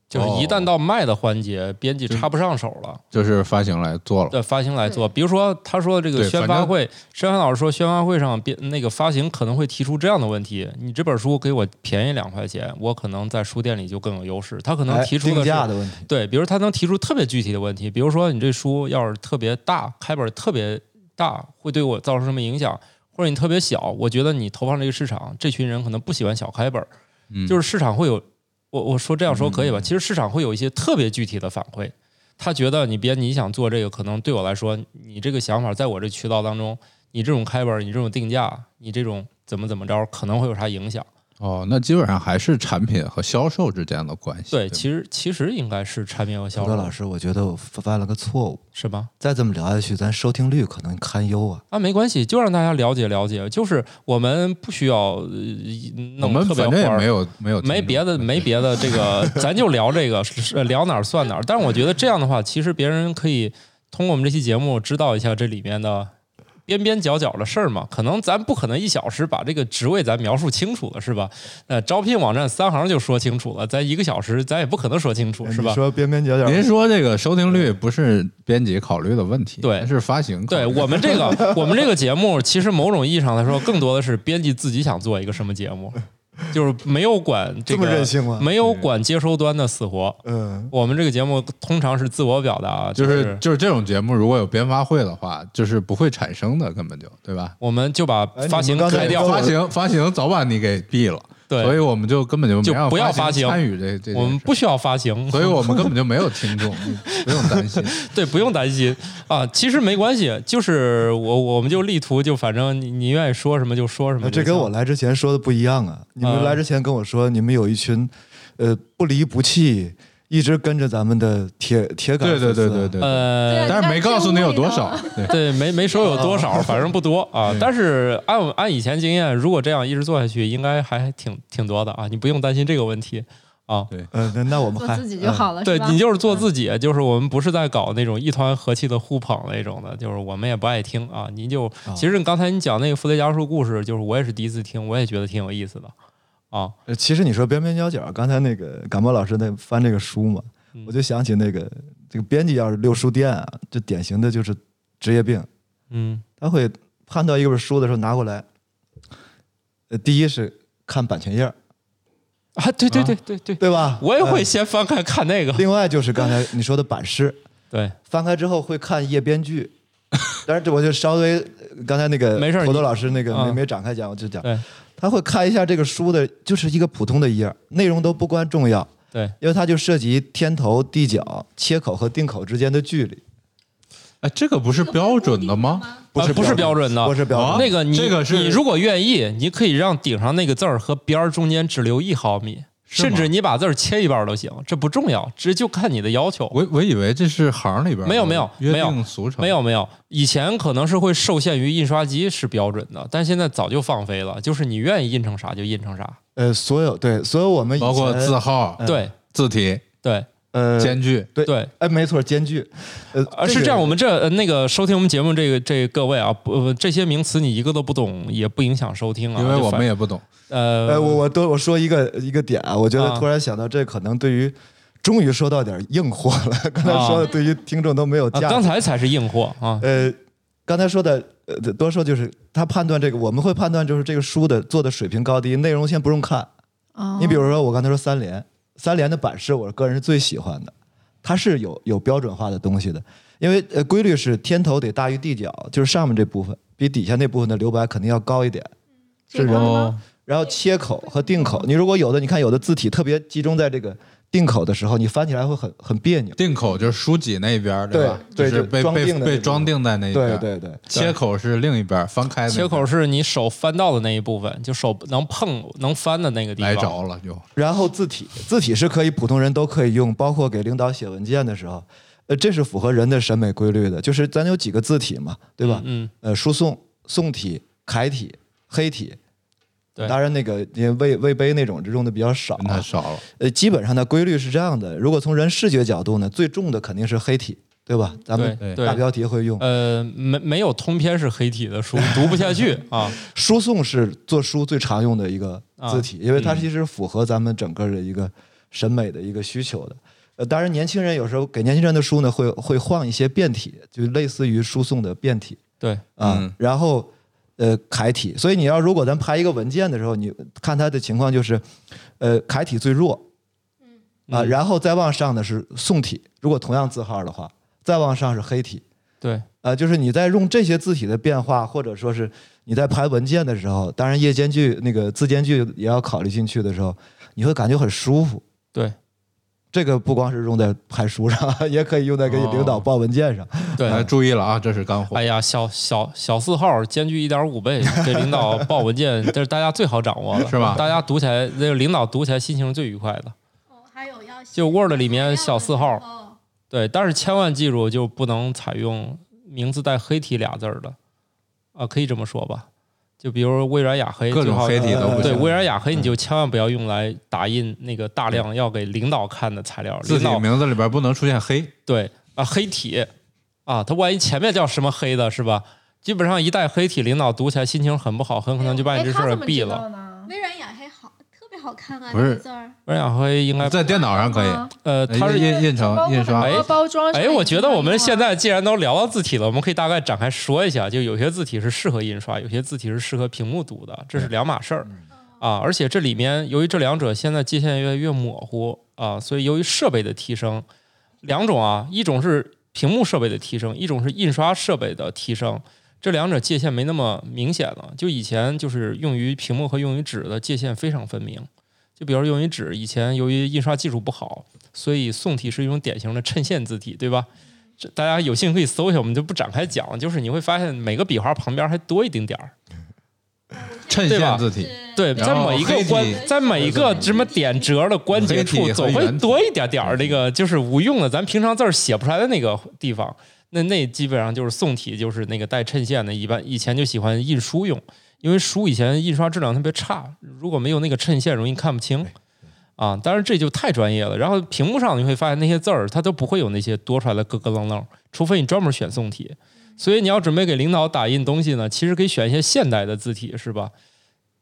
[SPEAKER 1] 就是
[SPEAKER 4] 哦
[SPEAKER 1] 一旦到卖的环节，编辑插不上手了，
[SPEAKER 4] 就是发行来做了，
[SPEAKER 1] 对呃发行来做。比如说，他说这个
[SPEAKER 4] 对
[SPEAKER 1] 宣
[SPEAKER 4] 反
[SPEAKER 1] 发
[SPEAKER 4] 正
[SPEAKER 1] 会，宣发老师说宣发会上编那个发行可能会提出这样的问题：你这本书给我便宜两块钱，我可能在书店里就更有优势。他可能
[SPEAKER 6] 哎
[SPEAKER 1] 提出
[SPEAKER 6] 定
[SPEAKER 1] 的是
[SPEAKER 6] 价的问题。
[SPEAKER 1] 对，比如他能提出特别具体的问题，比如说你这书要是特别大，开本特别大，会对我造成什么影响？或者你特别小，我觉得你投放这个市场，这群人可能不喜欢小开本儿，
[SPEAKER 4] 嗯
[SPEAKER 1] 就是市场会有，我我说这样说可以吧？其实市场会有一些特别具体的反馈，他觉得你别你想做这个，可能对我来说，你这个想法在我这渠道当中，你这种开本儿，你这种定价，你这种怎么怎么着，可能会有啥影响？
[SPEAKER 4] 哦，那基本上还是产品和销售之间的关系。
[SPEAKER 1] 对，
[SPEAKER 4] 吧
[SPEAKER 1] 其实其实应该是产品和销
[SPEAKER 6] 小乐
[SPEAKER 1] 售，
[SPEAKER 6] 老师，我觉得我犯了个错误，
[SPEAKER 1] 是吧？
[SPEAKER 6] 再这么聊下去，咱收听率可能堪忧啊。
[SPEAKER 1] 啊，没关系，就让大家了解了解，就是我们不需要呃
[SPEAKER 4] 我
[SPEAKER 1] 弄
[SPEAKER 4] 们
[SPEAKER 1] 特别
[SPEAKER 4] 反
[SPEAKER 1] 花
[SPEAKER 4] 正也
[SPEAKER 1] 儿
[SPEAKER 4] 没。有没
[SPEAKER 6] 哦
[SPEAKER 4] 有
[SPEAKER 1] 没
[SPEAKER 4] 听众
[SPEAKER 1] 别的，没别的，这个咱就聊这个，是是聊哪儿算哪儿。但是我觉得这样的话，其实别人可以通过我们这期节目知道一下这里面的边边角角的事儿嘛。可能咱不可能一小时把这个职位咱描述清楚了，是吧？呃，招聘网站三行就说清楚了，咱一个小时咱也不可能说清楚，是吧
[SPEAKER 6] 哎你？说边边角角，
[SPEAKER 4] 您说这个收听率不是编辑考虑的问题，
[SPEAKER 1] 对
[SPEAKER 4] 是发行考虑
[SPEAKER 1] 对
[SPEAKER 4] 的
[SPEAKER 1] 我们这个我们这个节目，其实某种意义上来说，更多的是编辑自己想做一个什么节目，就是没有管这
[SPEAKER 6] 这
[SPEAKER 1] 个
[SPEAKER 6] 么任性吗？
[SPEAKER 1] 没有管接收端的死活。
[SPEAKER 6] 嗯，
[SPEAKER 1] 我们这个节目通常是自我表达，啊
[SPEAKER 4] 就是是就是这种节目，如果有编发会的话，就是不会产生的，根本就对吧？
[SPEAKER 1] 我们就把
[SPEAKER 6] 哎
[SPEAKER 1] 发行
[SPEAKER 6] 你们刚才
[SPEAKER 1] 开
[SPEAKER 6] 也
[SPEAKER 1] 掉
[SPEAKER 6] 说
[SPEAKER 4] 发
[SPEAKER 6] 了
[SPEAKER 4] 行发行早把你给毙了，所以
[SPEAKER 1] 对，
[SPEAKER 4] 我们就根本就没
[SPEAKER 1] 就
[SPEAKER 4] 让
[SPEAKER 1] 不要发行
[SPEAKER 4] 参与这这件事，
[SPEAKER 1] 我们不需要发行，
[SPEAKER 4] 所以我们根本就没有听众， 你 不用担心。
[SPEAKER 1] 对，不用担心啊。其实没关系，就是我我们就力图就反正你你愿意说什么就说什么
[SPEAKER 6] 那
[SPEAKER 1] 就行。
[SPEAKER 6] 这跟我来之前说的不一样啊。你
[SPEAKER 1] 嗯
[SPEAKER 6] 们来之前跟我说，你们有一群呃不离不弃，一直跟着咱们的铁铁杆
[SPEAKER 4] 对对
[SPEAKER 6] 粉丝
[SPEAKER 4] 对
[SPEAKER 6] 啊
[SPEAKER 4] 对对，
[SPEAKER 1] 呃，
[SPEAKER 4] 但是没告诉你有多少，对，
[SPEAKER 1] 对，没没说有多
[SPEAKER 6] 哦
[SPEAKER 1] 少，反正不多 啊。但是按我按以前经验，如果这样一直做下去，应该还挺挺多的啊。你不用担心这个问题啊。
[SPEAKER 6] 呃，那那我们
[SPEAKER 2] 做
[SPEAKER 6] 还
[SPEAKER 2] 自己就好了，
[SPEAKER 1] 呃对
[SPEAKER 2] 是吧？
[SPEAKER 1] 你就是做自己，就是我们不是在搞那种一团和气的互捧那种的，就是我们也不爱听啊。您就其实你刚才你讲那个傅雷家树故事，就是我也是第一次听，我也觉得挺有意思的啊。
[SPEAKER 6] 呃，其实你说边边角角，刚才那个感冒老师那翻这个书嘛，
[SPEAKER 4] 嗯
[SPEAKER 6] 我就想起那个这个编辑要是溜书店啊，这典型的就是职业病。
[SPEAKER 1] 嗯，
[SPEAKER 6] 他会判断一本书的时候拿过来，呃，第一是看版权页儿，
[SPEAKER 1] 啊，对对对对对，
[SPEAKER 6] 对吧？
[SPEAKER 1] 我也会
[SPEAKER 6] 呃
[SPEAKER 1] 先翻开看那个。
[SPEAKER 6] 另外就是刚才你说的版式，
[SPEAKER 1] 对，
[SPEAKER 6] 翻开之后会看页边 距。但是我就稍微呃刚才那个
[SPEAKER 1] 没事儿
[SPEAKER 6] 头头
[SPEAKER 1] 你
[SPEAKER 6] 老师那个没
[SPEAKER 1] 嗯
[SPEAKER 6] 没展开讲，我就讲
[SPEAKER 1] 对，
[SPEAKER 6] 他会看一下这个书的，就是一个普通的页儿，内容都不关重要，
[SPEAKER 1] 对，
[SPEAKER 6] 因为它就涉及天头、地角、切口和定口之间的距离，
[SPEAKER 4] 哎，这个不是标准的吗？
[SPEAKER 1] 啊不是标准的哦
[SPEAKER 6] 不是标
[SPEAKER 4] 啊
[SPEAKER 6] 准，
[SPEAKER 1] 那个你
[SPEAKER 4] 这个是
[SPEAKER 1] 你如果愿意，你可以让顶上那个字儿和边儿中间只留一毫米，
[SPEAKER 4] 是吗
[SPEAKER 1] 甚至你把字儿切一半儿都行，这不重要，这就看你的要求。
[SPEAKER 4] 我我以为这是行里边
[SPEAKER 1] 没有没有
[SPEAKER 4] 约
[SPEAKER 1] 没有
[SPEAKER 4] 定俗成，
[SPEAKER 1] 没有没有，以前可能是会受限于印刷机是标准的，但现在早就放飞了，就是你愿意印成啥就印成啥。
[SPEAKER 6] 呃，所有对，所有我们以
[SPEAKER 4] 包括
[SPEAKER 6] 前嗯
[SPEAKER 4] 字号、
[SPEAKER 1] 对
[SPEAKER 4] 字体、
[SPEAKER 1] 对
[SPEAKER 6] 呃
[SPEAKER 4] 间距。
[SPEAKER 6] 对
[SPEAKER 1] 对，
[SPEAKER 6] 哎，没错，间距，呃，
[SPEAKER 1] 呃，是
[SPEAKER 6] 个
[SPEAKER 1] 这样，我们这呃那个收听我们节目这个这各位啊，不呃这些名词你一个都不懂，也不影响收听啊，
[SPEAKER 4] 因为
[SPEAKER 1] 就
[SPEAKER 4] 我
[SPEAKER 1] 反
[SPEAKER 4] 们也不懂，
[SPEAKER 1] 呃
[SPEAKER 6] 呃，我我多我说一个一个点啊，我觉
[SPEAKER 1] 啊
[SPEAKER 6] 得突然想到，这可能对于终于说到点硬货了。刚才说的对于听众都没有
[SPEAKER 1] 啊
[SPEAKER 6] 价值。
[SPEAKER 1] 刚才才是硬货啊，
[SPEAKER 6] 呃，刚才说的，呃，多说就是他判断这个，我们会判断就是这个书的做的水平高低，内容先不用看。
[SPEAKER 2] 哦
[SPEAKER 6] 你比如说我刚才说三联，三联的版式我个人是最喜欢的，它是有有标准化的东西的，因为呃规律是天头得大于地角，就是上面这部分比底下那部分的留白肯定要高一点。
[SPEAKER 5] 这个
[SPEAKER 1] 哦，
[SPEAKER 6] 然后切口和定口，你如果有的你看有的字体特别集中在这个定口的时候，你翻起来会很很别扭。
[SPEAKER 4] 定口就是书脊那边儿，吧？
[SPEAKER 6] 对
[SPEAKER 4] 就是
[SPEAKER 6] 对
[SPEAKER 4] 被
[SPEAKER 6] 装订
[SPEAKER 4] 被
[SPEAKER 6] 的那
[SPEAKER 4] 被
[SPEAKER 6] 个
[SPEAKER 4] 装订在那一边
[SPEAKER 6] 对
[SPEAKER 4] 儿。
[SPEAKER 6] 对对，
[SPEAKER 4] 切口是另一边儿，翻开那
[SPEAKER 1] 切
[SPEAKER 4] 边
[SPEAKER 1] 口
[SPEAKER 4] 儿
[SPEAKER 1] 是你手翻到的那一部分，就手能碰能翻的那个地
[SPEAKER 4] 来
[SPEAKER 1] 方。
[SPEAKER 4] 着了就。
[SPEAKER 6] 然后字体，字体是可以普通人都可以用，包括给领导写文件的时候，呃，这是符合人的审美规律的。就是咱有几个字体嘛，对吧？
[SPEAKER 1] 嗯，
[SPEAKER 6] 呃，书宋、宋体、楷体、黑体。
[SPEAKER 1] 对嗯
[SPEAKER 6] 当然那个因为魏魏碑那种用的比较少
[SPEAKER 4] 那，太少了，
[SPEAKER 6] 呃，基本上的规律是这样的。如果从人视觉角度呢，最重的肯定是黑体，对吧？咱们
[SPEAKER 1] 对
[SPEAKER 6] 大
[SPEAKER 1] 对。
[SPEAKER 6] 标题会用。
[SPEAKER 1] 呃，没没有通篇是黑体的书，读不下去啊。
[SPEAKER 6] 书宋是做书最常用的一个字体，因为它其实符合咱们整个的一个审美的一个需求的。呃，当然，年轻人有时候给年轻人的书呢，会会换一些变体，就类似于书宋的变体
[SPEAKER 1] 对，
[SPEAKER 6] 啊。
[SPEAKER 4] 嗯
[SPEAKER 6] 然后，呃，楷体。所以你要如果咱排一个文件的时候，你看它的情况就是，呃，楷体最弱，啊，
[SPEAKER 1] 嗯
[SPEAKER 6] 然后再往上呢是宋体，如果同样字号的话，再往上是黑体，
[SPEAKER 1] 对，
[SPEAKER 6] 呃，就是你在用这些字体的变化，或者说是你在排文件的时候，当然页间距那个字间距也要考虑进去的时候，你会感觉很舒服。
[SPEAKER 1] 对，
[SPEAKER 6] 这个不光是用在排书上， 也可以用在给领
[SPEAKER 1] 哦
[SPEAKER 6] 导报文件上。
[SPEAKER 1] 对。
[SPEAKER 4] 来注意了啊，这是干货
[SPEAKER 1] 哎。呀，小小小四号间距一点五倍，给领 导报文件，这是大家最好掌握的，
[SPEAKER 4] 是吧
[SPEAKER 1] 大家读起来，那个领导读起来心情是最愉快的。
[SPEAKER 5] 哦，还有要
[SPEAKER 1] 就 Word 里面小四号，
[SPEAKER 5] 哦，
[SPEAKER 1] 对，但是千万记住，就不能采用名字带黑体俩字儿的，啊，可以这么说吧？就比如微软雅黑，
[SPEAKER 4] 各种
[SPEAKER 1] 最好呃
[SPEAKER 4] 黑体都不
[SPEAKER 1] 对
[SPEAKER 4] 行，嗯
[SPEAKER 1] 微软雅黑，你就千万不要用来打印那个大量要给领导看的材料，
[SPEAKER 4] 字
[SPEAKER 1] 领
[SPEAKER 4] 体
[SPEAKER 1] 导
[SPEAKER 4] 名字里边不能出现黑，
[SPEAKER 1] 对啊，黑体啊，他万一前面叫什么黑的，是吧？基本上一带黑体，领导读起来心情很不好，很可能就把
[SPEAKER 2] 哎
[SPEAKER 1] 你这事儿给毙了。
[SPEAKER 2] 了。
[SPEAKER 5] 微软雅黑好，特别好看啊，
[SPEAKER 4] 不是
[SPEAKER 5] 那个字儿，
[SPEAKER 1] 微软雅黑应该
[SPEAKER 4] 在电脑上可以。
[SPEAKER 2] 啊
[SPEAKER 1] 呃，它是
[SPEAKER 4] 印印成印
[SPEAKER 2] 包括
[SPEAKER 4] 刷
[SPEAKER 2] 很多包装。
[SPEAKER 1] 哎，我觉得我们现在既然都聊到字体了，我们可以大概展开说一下，就有些字体是适合印刷，有些字体是适合屏幕读的，这是两码事儿啊。而且这里面由于这两者现在界限越来越模糊啊，所以由于设备的提升，两种啊，一种是屏幕设备的提升，一种是印刷设备的提升。这两者界限没那么明显了，就以前就是用于屏幕和用于纸的界限非常分明。就比如用于纸，以前由于印刷技术不好，所以宋体是一种典型的衬线字体，对吧？这大家有兴趣可以搜一下，我们就不展开讲。就是你会发现每个笔画旁边还多一丁点儿，
[SPEAKER 4] 衬
[SPEAKER 1] 对吧
[SPEAKER 4] 线字体，
[SPEAKER 1] 对，在
[SPEAKER 4] 嗯然后
[SPEAKER 1] 每一个
[SPEAKER 4] 黑
[SPEAKER 1] 关
[SPEAKER 4] 体，
[SPEAKER 1] 在每一个什么点折的关节
[SPEAKER 4] 黑
[SPEAKER 1] 处，
[SPEAKER 4] 体和
[SPEAKER 1] 总会
[SPEAKER 4] 圆体嗯
[SPEAKER 1] 多一点点儿那个就是无用的，咱平常字儿写不出来的那个地方。那那基本上就是宋体，就是那个带衬线的，一般以前就喜欢印书用，因为书以前印刷质量特别差，如果没有那个衬线，容易看不清。啊，当然这就太专业了。然后屏幕上你会发现那些字儿，它都不会有那些多出来的咯咯楞楞，除非你专门选宋体。所以你要准备给领导打印东西呢，其实可以选一些现代的字体，是吧？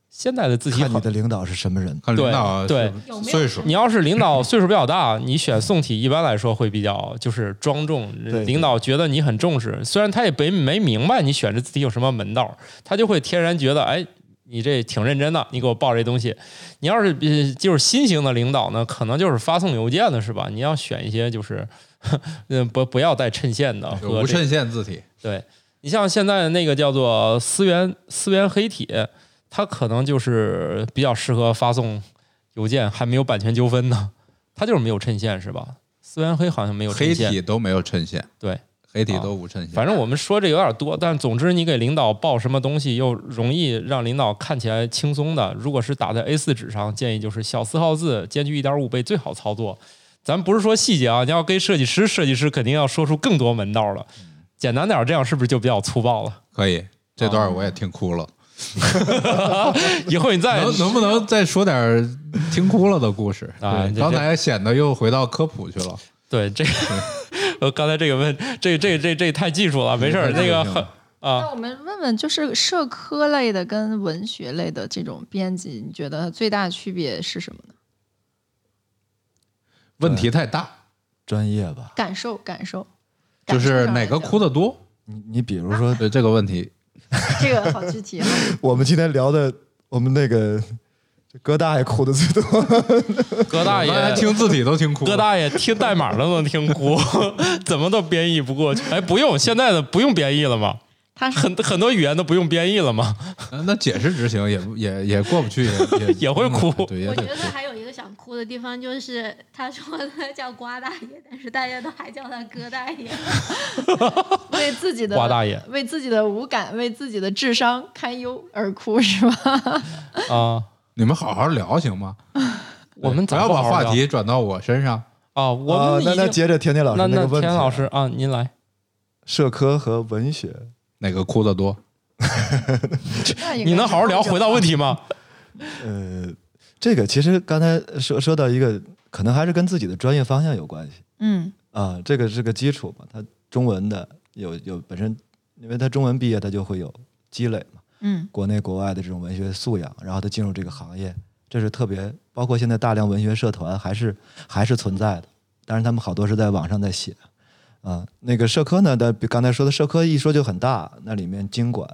[SPEAKER 1] 现代的字体
[SPEAKER 6] 看
[SPEAKER 1] 好
[SPEAKER 6] 你的领导是什么人。
[SPEAKER 4] 看领
[SPEAKER 1] 对
[SPEAKER 4] 导
[SPEAKER 1] 对
[SPEAKER 4] 是不是岁数，
[SPEAKER 1] 你要是领导岁数比较大，你选宋体一般来说会比较就是庄重，
[SPEAKER 6] 对
[SPEAKER 1] 领导觉得你很重视，虽然他也没没明白你选这字体有什么门道儿，他就会天然觉得哎。你这挺认真的，你给我报这东西。你要是呃就是新型的领导呢，可能就是发送邮件的是吧？你要选一些就是， 嗯，不不要带衬线的
[SPEAKER 4] 有
[SPEAKER 1] 和
[SPEAKER 4] 无
[SPEAKER 1] 这个
[SPEAKER 4] 衬线字体，
[SPEAKER 1] 对你像现在那个叫做思源思源黑体，它可能就是比较适合发送邮件，还没有版权纠纷呢，它就是没有衬线是吧？思源黑好像没有
[SPEAKER 4] 黑
[SPEAKER 1] 衬线，
[SPEAKER 4] 体都没有衬线，
[SPEAKER 1] 对，
[SPEAKER 4] 黑体都无衬线。
[SPEAKER 1] 反正我们说这有点多，但总之你给领导报什么东西，又容易让领导看起来轻松的。如果是打在 A 4纸上，建议就是小四号字，间距一点五倍最好操作。咱不是说细节啊，你要跟设计师，设计师肯定要说出更多门道了。简单点儿，这样是不是就比较粗暴了？
[SPEAKER 4] 可以，这段我也听哭
[SPEAKER 1] 哦
[SPEAKER 4] 了。
[SPEAKER 1] 以后你再
[SPEAKER 4] 能能不能再说点儿听哭了的故事？
[SPEAKER 1] 啊
[SPEAKER 4] 对
[SPEAKER 1] 这
[SPEAKER 4] 刚才显得又回到科普去了。
[SPEAKER 1] 对这个，呃，刚才这个问，这这这这太技术了，没事儿，那个很
[SPEAKER 2] 那我们问问，就是社科类的跟文学类的这种编辑，你觉得最大的区别是什么呢？
[SPEAKER 4] 问题太大，
[SPEAKER 6] 专业吧，
[SPEAKER 2] 感受，感受，
[SPEAKER 4] 就是哪个哭
[SPEAKER 2] 的？
[SPEAKER 4] 的多，
[SPEAKER 6] 你你比如说，
[SPEAKER 4] 对这个问题，
[SPEAKER 2] 这个好具体啊。
[SPEAKER 6] 我们今天聊的，我们那个这哥大爷哭的最多，
[SPEAKER 1] 葛大
[SPEAKER 4] 我刚才
[SPEAKER 1] 爷。
[SPEAKER 4] 听字体都听哭了。
[SPEAKER 1] 葛大爷听代码都能听哭， 怎么都编译不过去。哎，不用，现在的不用编译了吗？
[SPEAKER 2] 他是
[SPEAKER 1] 很很多语言都不用编译了吗？
[SPEAKER 4] 那那解释执行也不也也过不去，也也 嗯
[SPEAKER 1] 也会哭
[SPEAKER 4] 对，也
[SPEAKER 7] 我
[SPEAKER 4] 得
[SPEAKER 7] 觉
[SPEAKER 4] 哭
[SPEAKER 7] 得。还有一个想哭的地方，就是他说他叫瓜大爷，但是大家都还叫他哥大爷。
[SPEAKER 2] 为自己的
[SPEAKER 1] 瓜大爷
[SPEAKER 2] 为自己的无感、为自己的智商堪忧而哭是 吧？
[SPEAKER 1] 啊、
[SPEAKER 4] 你们好好聊行吗？
[SPEAKER 1] 我们
[SPEAKER 4] 不
[SPEAKER 1] 咋
[SPEAKER 4] 要
[SPEAKER 1] 不
[SPEAKER 4] 把
[SPEAKER 1] 好好
[SPEAKER 4] 话
[SPEAKER 1] 聊
[SPEAKER 4] 题转到我身上。
[SPEAKER 1] 啊，我
[SPEAKER 6] 啊
[SPEAKER 1] 们已
[SPEAKER 6] 那
[SPEAKER 1] 经、
[SPEAKER 6] 那接着甜甜老师
[SPEAKER 1] 那
[SPEAKER 6] 个
[SPEAKER 1] 那
[SPEAKER 6] 问题，
[SPEAKER 1] 田老师啊，您来，
[SPEAKER 6] 社科和文学，
[SPEAKER 4] 哪个哭的多？
[SPEAKER 2] 那应该
[SPEAKER 1] 你能好好聊，回到问题吗？
[SPEAKER 6] 呃，这个其实刚才说说到一个，可能还是跟自己的专业方向有关系
[SPEAKER 2] 嗯
[SPEAKER 6] 啊，这个是个基础嘛，他中文的有有本身，因为他中文毕业，他就会有积累嘛，
[SPEAKER 2] 嗯
[SPEAKER 6] 国内国外的这种文学素养，然后他进入这个行业，这是特别，包括现在大量文学社团还是还是存在的，但是他们好多是在网上在写，啊，那个社科呢，但比刚才说的社科一说就很大，那里面经管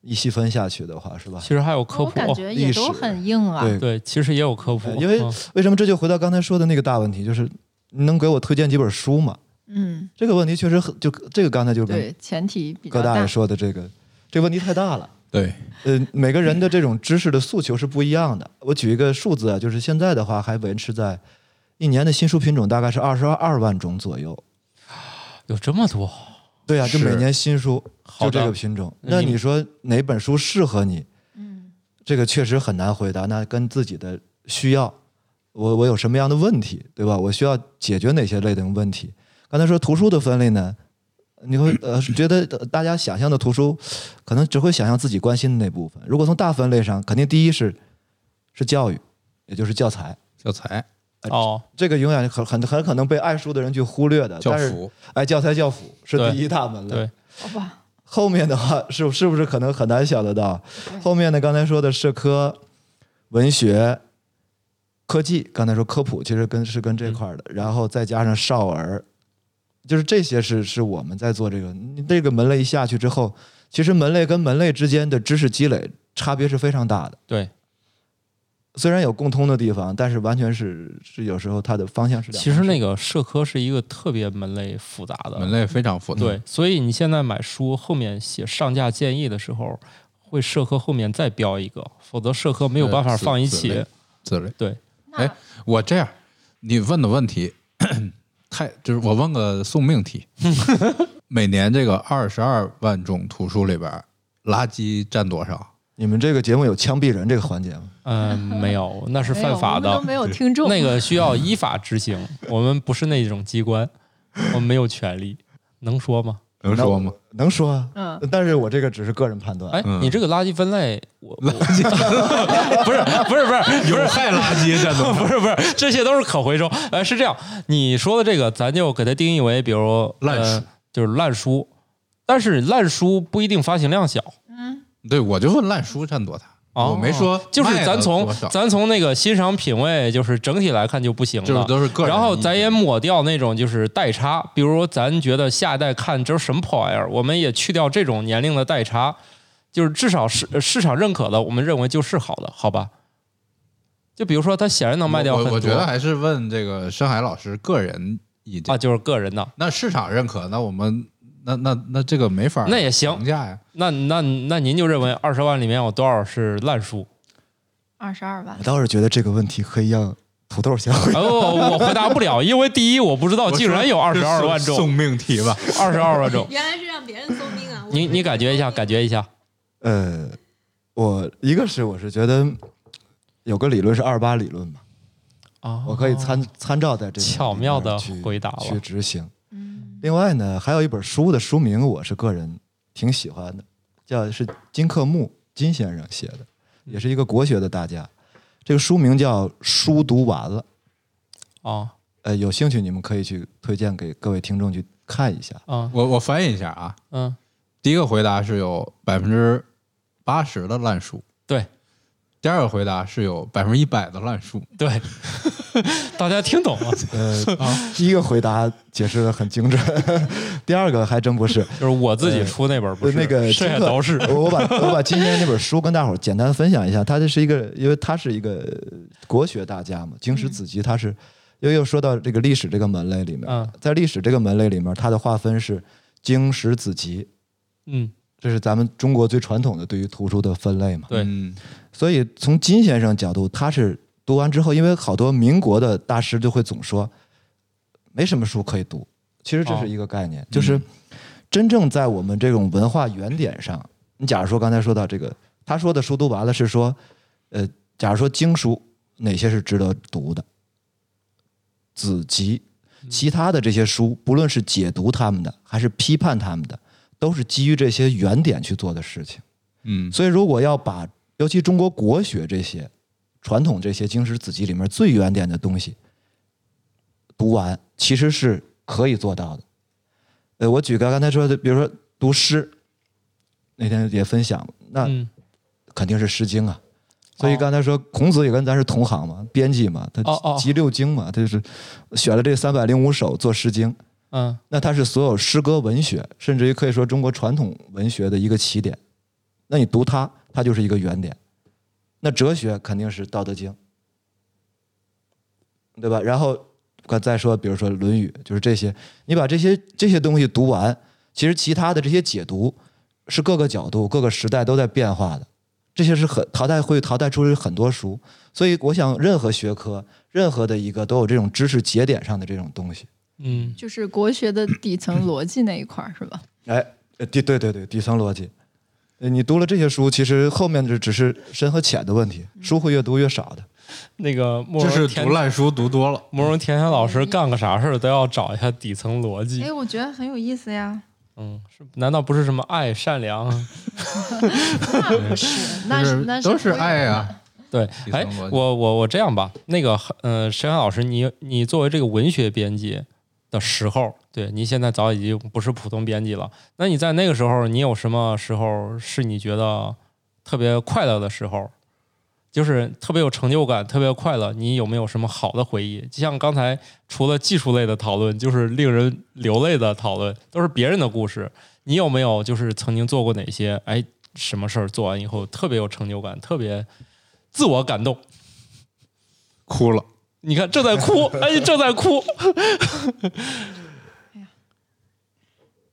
[SPEAKER 6] 一细分下去的话，是吧
[SPEAKER 1] 其？实还有科
[SPEAKER 2] 哦我
[SPEAKER 1] 普，
[SPEAKER 2] 感觉
[SPEAKER 6] 历
[SPEAKER 2] 也
[SPEAKER 6] 史
[SPEAKER 2] 都很硬啊。
[SPEAKER 6] 对
[SPEAKER 1] 对，其实也有 科普，
[SPEAKER 6] 呃因为
[SPEAKER 1] 嗯
[SPEAKER 6] 为什么这就回到刚才说的那个大问题，就是你能给我推荐几本书吗？
[SPEAKER 2] 嗯，
[SPEAKER 6] 这个问题确实很，就这个刚才就跟
[SPEAKER 2] 对，前提比较
[SPEAKER 6] 葛大爷说的这个这个问题太大了。
[SPEAKER 4] 对，
[SPEAKER 6] 呃，每个人的这种知识的诉求是不一样的。我举一个数字啊，就是现在的话还维持在一年的新书品种大概是二十二万种左右。
[SPEAKER 1] 有这么多，
[SPEAKER 6] 对啊，就是每年新书
[SPEAKER 1] 好
[SPEAKER 6] 就
[SPEAKER 1] 的
[SPEAKER 6] 这个品种。
[SPEAKER 1] 那
[SPEAKER 6] 那
[SPEAKER 1] 你
[SPEAKER 6] 你说哪本书适合你？
[SPEAKER 2] 嗯
[SPEAKER 6] 这个确实很难回答。那跟自己的需要，我我有什么样的问题，对吧？我需要解决哪些类的问题？刚才说图书的分类呢，你会呃觉得呃大家想象的图书，可能只会想象自己关心的那部分。如果从大分类上，肯定第一是是教育，也就是教材，
[SPEAKER 4] 教材、
[SPEAKER 1] 哦，
[SPEAKER 6] 这个永远很很很可能被爱书的人去忽略的。
[SPEAKER 4] 教
[SPEAKER 6] 但是，
[SPEAKER 4] 辅，
[SPEAKER 6] 哎，教材教辅是
[SPEAKER 1] 对
[SPEAKER 6] 第一大门类。
[SPEAKER 1] 对，
[SPEAKER 2] 好吧，
[SPEAKER 6] 后面的话是是不是可能很难想得到
[SPEAKER 2] 对？
[SPEAKER 6] 后面的刚才说的社科、文学、科技，刚才说科普其实跟是跟这块儿的，
[SPEAKER 2] 嗯
[SPEAKER 6] 然后再加上少儿，就是这些是是我们在做这个你这个门类一下去之后，其实门类跟门类之间的知识积累差别是非常大的。
[SPEAKER 1] 对，
[SPEAKER 6] 虽然有共通的地方，但是完全是是有时候它的方向是两
[SPEAKER 1] 其实
[SPEAKER 6] 回事
[SPEAKER 1] 那个社科是一个特别门类复杂的
[SPEAKER 4] 门类非常嗯复杂。
[SPEAKER 1] 呃对，，所以你现在买书后面写上架建议的时候，会社科后面再标一个，否则社科没有办法放一
[SPEAKER 4] 呃
[SPEAKER 1] 起。
[SPEAKER 4] 之类。
[SPEAKER 1] 对，
[SPEAKER 2] 那
[SPEAKER 4] 我这样，你问的问题 太就是我问个送命 题。每年这个二十二万种图书里边，垃圾占多少？
[SPEAKER 6] 你们这个节目有枪毙人这个环节吗？
[SPEAKER 1] 嗯、没有，那是
[SPEAKER 2] 没有
[SPEAKER 1] 犯法
[SPEAKER 2] 哎我们
[SPEAKER 1] 的
[SPEAKER 2] 都，没有听众。
[SPEAKER 1] 那个需要依法执行。我们不是那种机关，我们没有权利，能说吗？
[SPEAKER 4] 能说吗？
[SPEAKER 6] 能说啊，
[SPEAKER 2] 嗯，
[SPEAKER 6] 但是我这个只是个人判断。
[SPEAKER 1] 哎，你
[SPEAKER 4] 嗯
[SPEAKER 1] 这个垃圾分类，我我 不是不是不是
[SPEAKER 4] 有害垃圾占多少？
[SPEAKER 1] 不是不是，这些都是可回收。呃，是这样，你说的这个，咱就给它定义为，比如
[SPEAKER 4] 烂书
[SPEAKER 1] 呃就是烂书。但是烂书不一定发行量小
[SPEAKER 4] 对，我就问烂书占多大，
[SPEAKER 1] 啊，
[SPEAKER 4] 我没说
[SPEAKER 1] 就是
[SPEAKER 4] 卖了
[SPEAKER 1] 咱从
[SPEAKER 4] 多少
[SPEAKER 1] 咱从那个欣赏品味，就是整体来看就不行了，
[SPEAKER 4] 就是都是个
[SPEAKER 1] 啊
[SPEAKER 4] 人意见。
[SPEAKER 1] 然后咱也抹掉那种就是代差，比如咱觉得下一代看这是什么破玩意儿，我们也去掉这种年龄的代差，就是至少市呃市场认可的，我们认为就是好的，好吧？就比如说，它显然能卖掉
[SPEAKER 4] 我
[SPEAKER 1] 很多，
[SPEAKER 4] 我我觉得还是问这个深海老师个人意见。
[SPEAKER 1] 啊，就是个人的，
[SPEAKER 4] 那市场认可，那我们那那那这个没法儿
[SPEAKER 1] 那也行
[SPEAKER 4] 评价呀。
[SPEAKER 1] 那那那您就认为二十万里面有多少是烂 书？
[SPEAKER 2] 二十二万
[SPEAKER 6] 我，倒是觉得这个问题可以让土豆先回答。
[SPEAKER 1] 哦，我回答不了，因为第一我不知道
[SPEAKER 4] 我
[SPEAKER 1] 竟哦然有
[SPEAKER 4] 说
[SPEAKER 1] 二十二万
[SPEAKER 4] 这
[SPEAKER 1] 种，
[SPEAKER 4] 送送命题吧？
[SPEAKER 1] 二十二万种，
[SPEAKER 7] 原来是让别人送命啊！我
[SPEAKER 1] 你
[SPEAKER 7] 们
[SPEAKER 1] 你感觉一下，感觉一下，
[SPEAKER 6] 呃，我一个是我是觉得有个理论是二八理论嘛，
[SPEAKER 1] 啊，
[SPEAKER 6] 我可以参参照在这个
[SPEAKER 1] 巧妙地
[SPEAKER 6] 里面去
[SPEAKER 1] 回答了
[SPEAKER 6] 去执行。另外呢，还有一本书的书名我是个人挺喜欢的，叫是金克木金先生写的，也是一个国学的大家。这个书名叫《书读完了》，
[SPEAKER 1] 啊
[SPEAKER 6] 呃，有兴趣你们可以去推荐给各位听众去看一下。
[SPEAKER 1] 啊
[SPEAKER 4] 我我翻译一下啊，
[SPEAKER 1] 嗯，
[SPEAKER 4] 第一个回答是有百分之八十的烂书，
[SPEAKER 1] 对，
[SPEAKER 4] 第二个回答是有百分之一百的烂数，
[SPEAKER 1] 对，大家听懂了，
[SPEAKER 6] 呃，第一个回答解释的很精准， 第二个还真不是。
[SPEAKER 1] 就是我自己出那本不是
[SPEAKER 6] 那个
[SPEAKER 1] 剩下
[SPEAKER 6] 金克
[SPEAKER 1] 都是
[SPEAKER 6] 我我把我把今天那本书跟大伙儿简单分享一下，他这是一个，因为他是一个国学大家嘛，经史子集，他是又又说到这个历史这个门类里面，
[SPEAKER 1] 嗯
[SPEAKER 6] 在历史这个门类里面，它的划分是经史子集，
[SPEAKER 1] 嗯，
[SPEAKER 6] 这是咱们中国最传统的对于图书的分类嘛。
[SPEAKER 1] 对
[SPEAKER 4] 嗯
[SPEAKER 6] 所以从金先生角度，他是读完之后，因为好多民国的大师就会总说，没什么书可以读。其实这
[SPEAKER 1] 哦
[SPEAKER 6] 是一个概念，就是真正在我们这种文化原点上，你假如说刚才说到这个，他说的书读完了是说，呃，假如说经书哪些是值得读的，子集，其他的这些书，不论是解读他们的，还是批判他们的，都是基于这些原点去做的事情。
[SPEAKER 4] 嗯
[SPEAKER 6] 所以，如果要把尤其中国国学这些传统这些经史子集里面最原点的东西读完，其实是可以做到的。呃，我举个刚才说的，比如说读诗，那天也分享，那
[SPEAKER 1] 嗯
[SPEAKER 6] 肯定是《诗经》啊。所以
[SPEAKER 1] 哦
[SPEAKER 6] 刚才说孔子也跟咱是同行嘛，编辑嘛，他
[SPEAKER 1] 哦哦
[SPEAKER 6] 集六经嘛，他就是选了这三百零五首做《诗经》。
[SPEAKER 1] 嗯
[SPEAKER 6] 那它是所有诗歌文学，甚至于可以说中国传统文学的一个起点。那你读它，它就是一个原点。那哲学肯定是《道德经》，对吧？然后我再说，比如说《论语》，就是这些。你把这些这些东西读完，其实其他的这些解读是各个角度、各个时代都在变化的。这些是很淘汰会淘汰出很多书，所以我想，任何学科、任何的一个都有这种知识节点上的这种东西。
[SPEAKER 1] 嗯，
[SPEAKER 2] 就是国学的底层逻辑那一块儿是吧？
[SPEAKER 6] 哎，呃底对对对，底层逻辑。呃你读了这些书，其实后面这只是深和浅的问题，书会越读越少的。
[SPEAKER 1] 那个慕
[SPEAKER 4] 就
[SPEAKER 1] 容
[SPEAKER 4] 是
[SPEAKER 1] 甜
[SPEAKER 4] 读烂书读多了，
[SPEAKER 1] 慕容甜甜老师干个啥事儿都要找一下底层逻辑
[SPEAKER 2] 哎，，我觉得很有意思呀。
[SPEAKER 1] 嗯，是难道不是什么爱善良？啊
[SPEAKER 2] 那不是，那
[SPEAKER 4] 就是
[SPEAKER 2] 那
[SPEAKER 4] 都
[SPEAKER 2] 是
[SPEAKER 4] 是
[SPEAKER 2] 不一样
[SPEAKER 4] 爱
[SPEAKER 1] 啊
[SPEAKER 4] 啊呀、
[SPEAKER 2] 的。
[SPEAKER 1] 对
[SPEAKER 4] 底，层
[SPEAKER 1] 哎
[SPEAKER 4] 逻，辑
[SPEAKER 1] 我我我这样吧，那个，呃，沈阳老师，你你作为这个文学编辑的时候，对你现在早已经不是普通编辑了，那你在那个时候，你有什么时候是你觉得特别快乐的时候？就是特别有成就感，特别快乐。你有没有什么好的回忆？就像刚才除了技术类的讨论，就是令人流泪的讨论，都是别人的故事。你有没有就是曾经做过哪些哎什么事儿做完以后特别有成就感，特别自我感动。
[SPEAKER 4] 哭了。
[SPEAKER 1] 你看，正在 哭，哎，正在哭。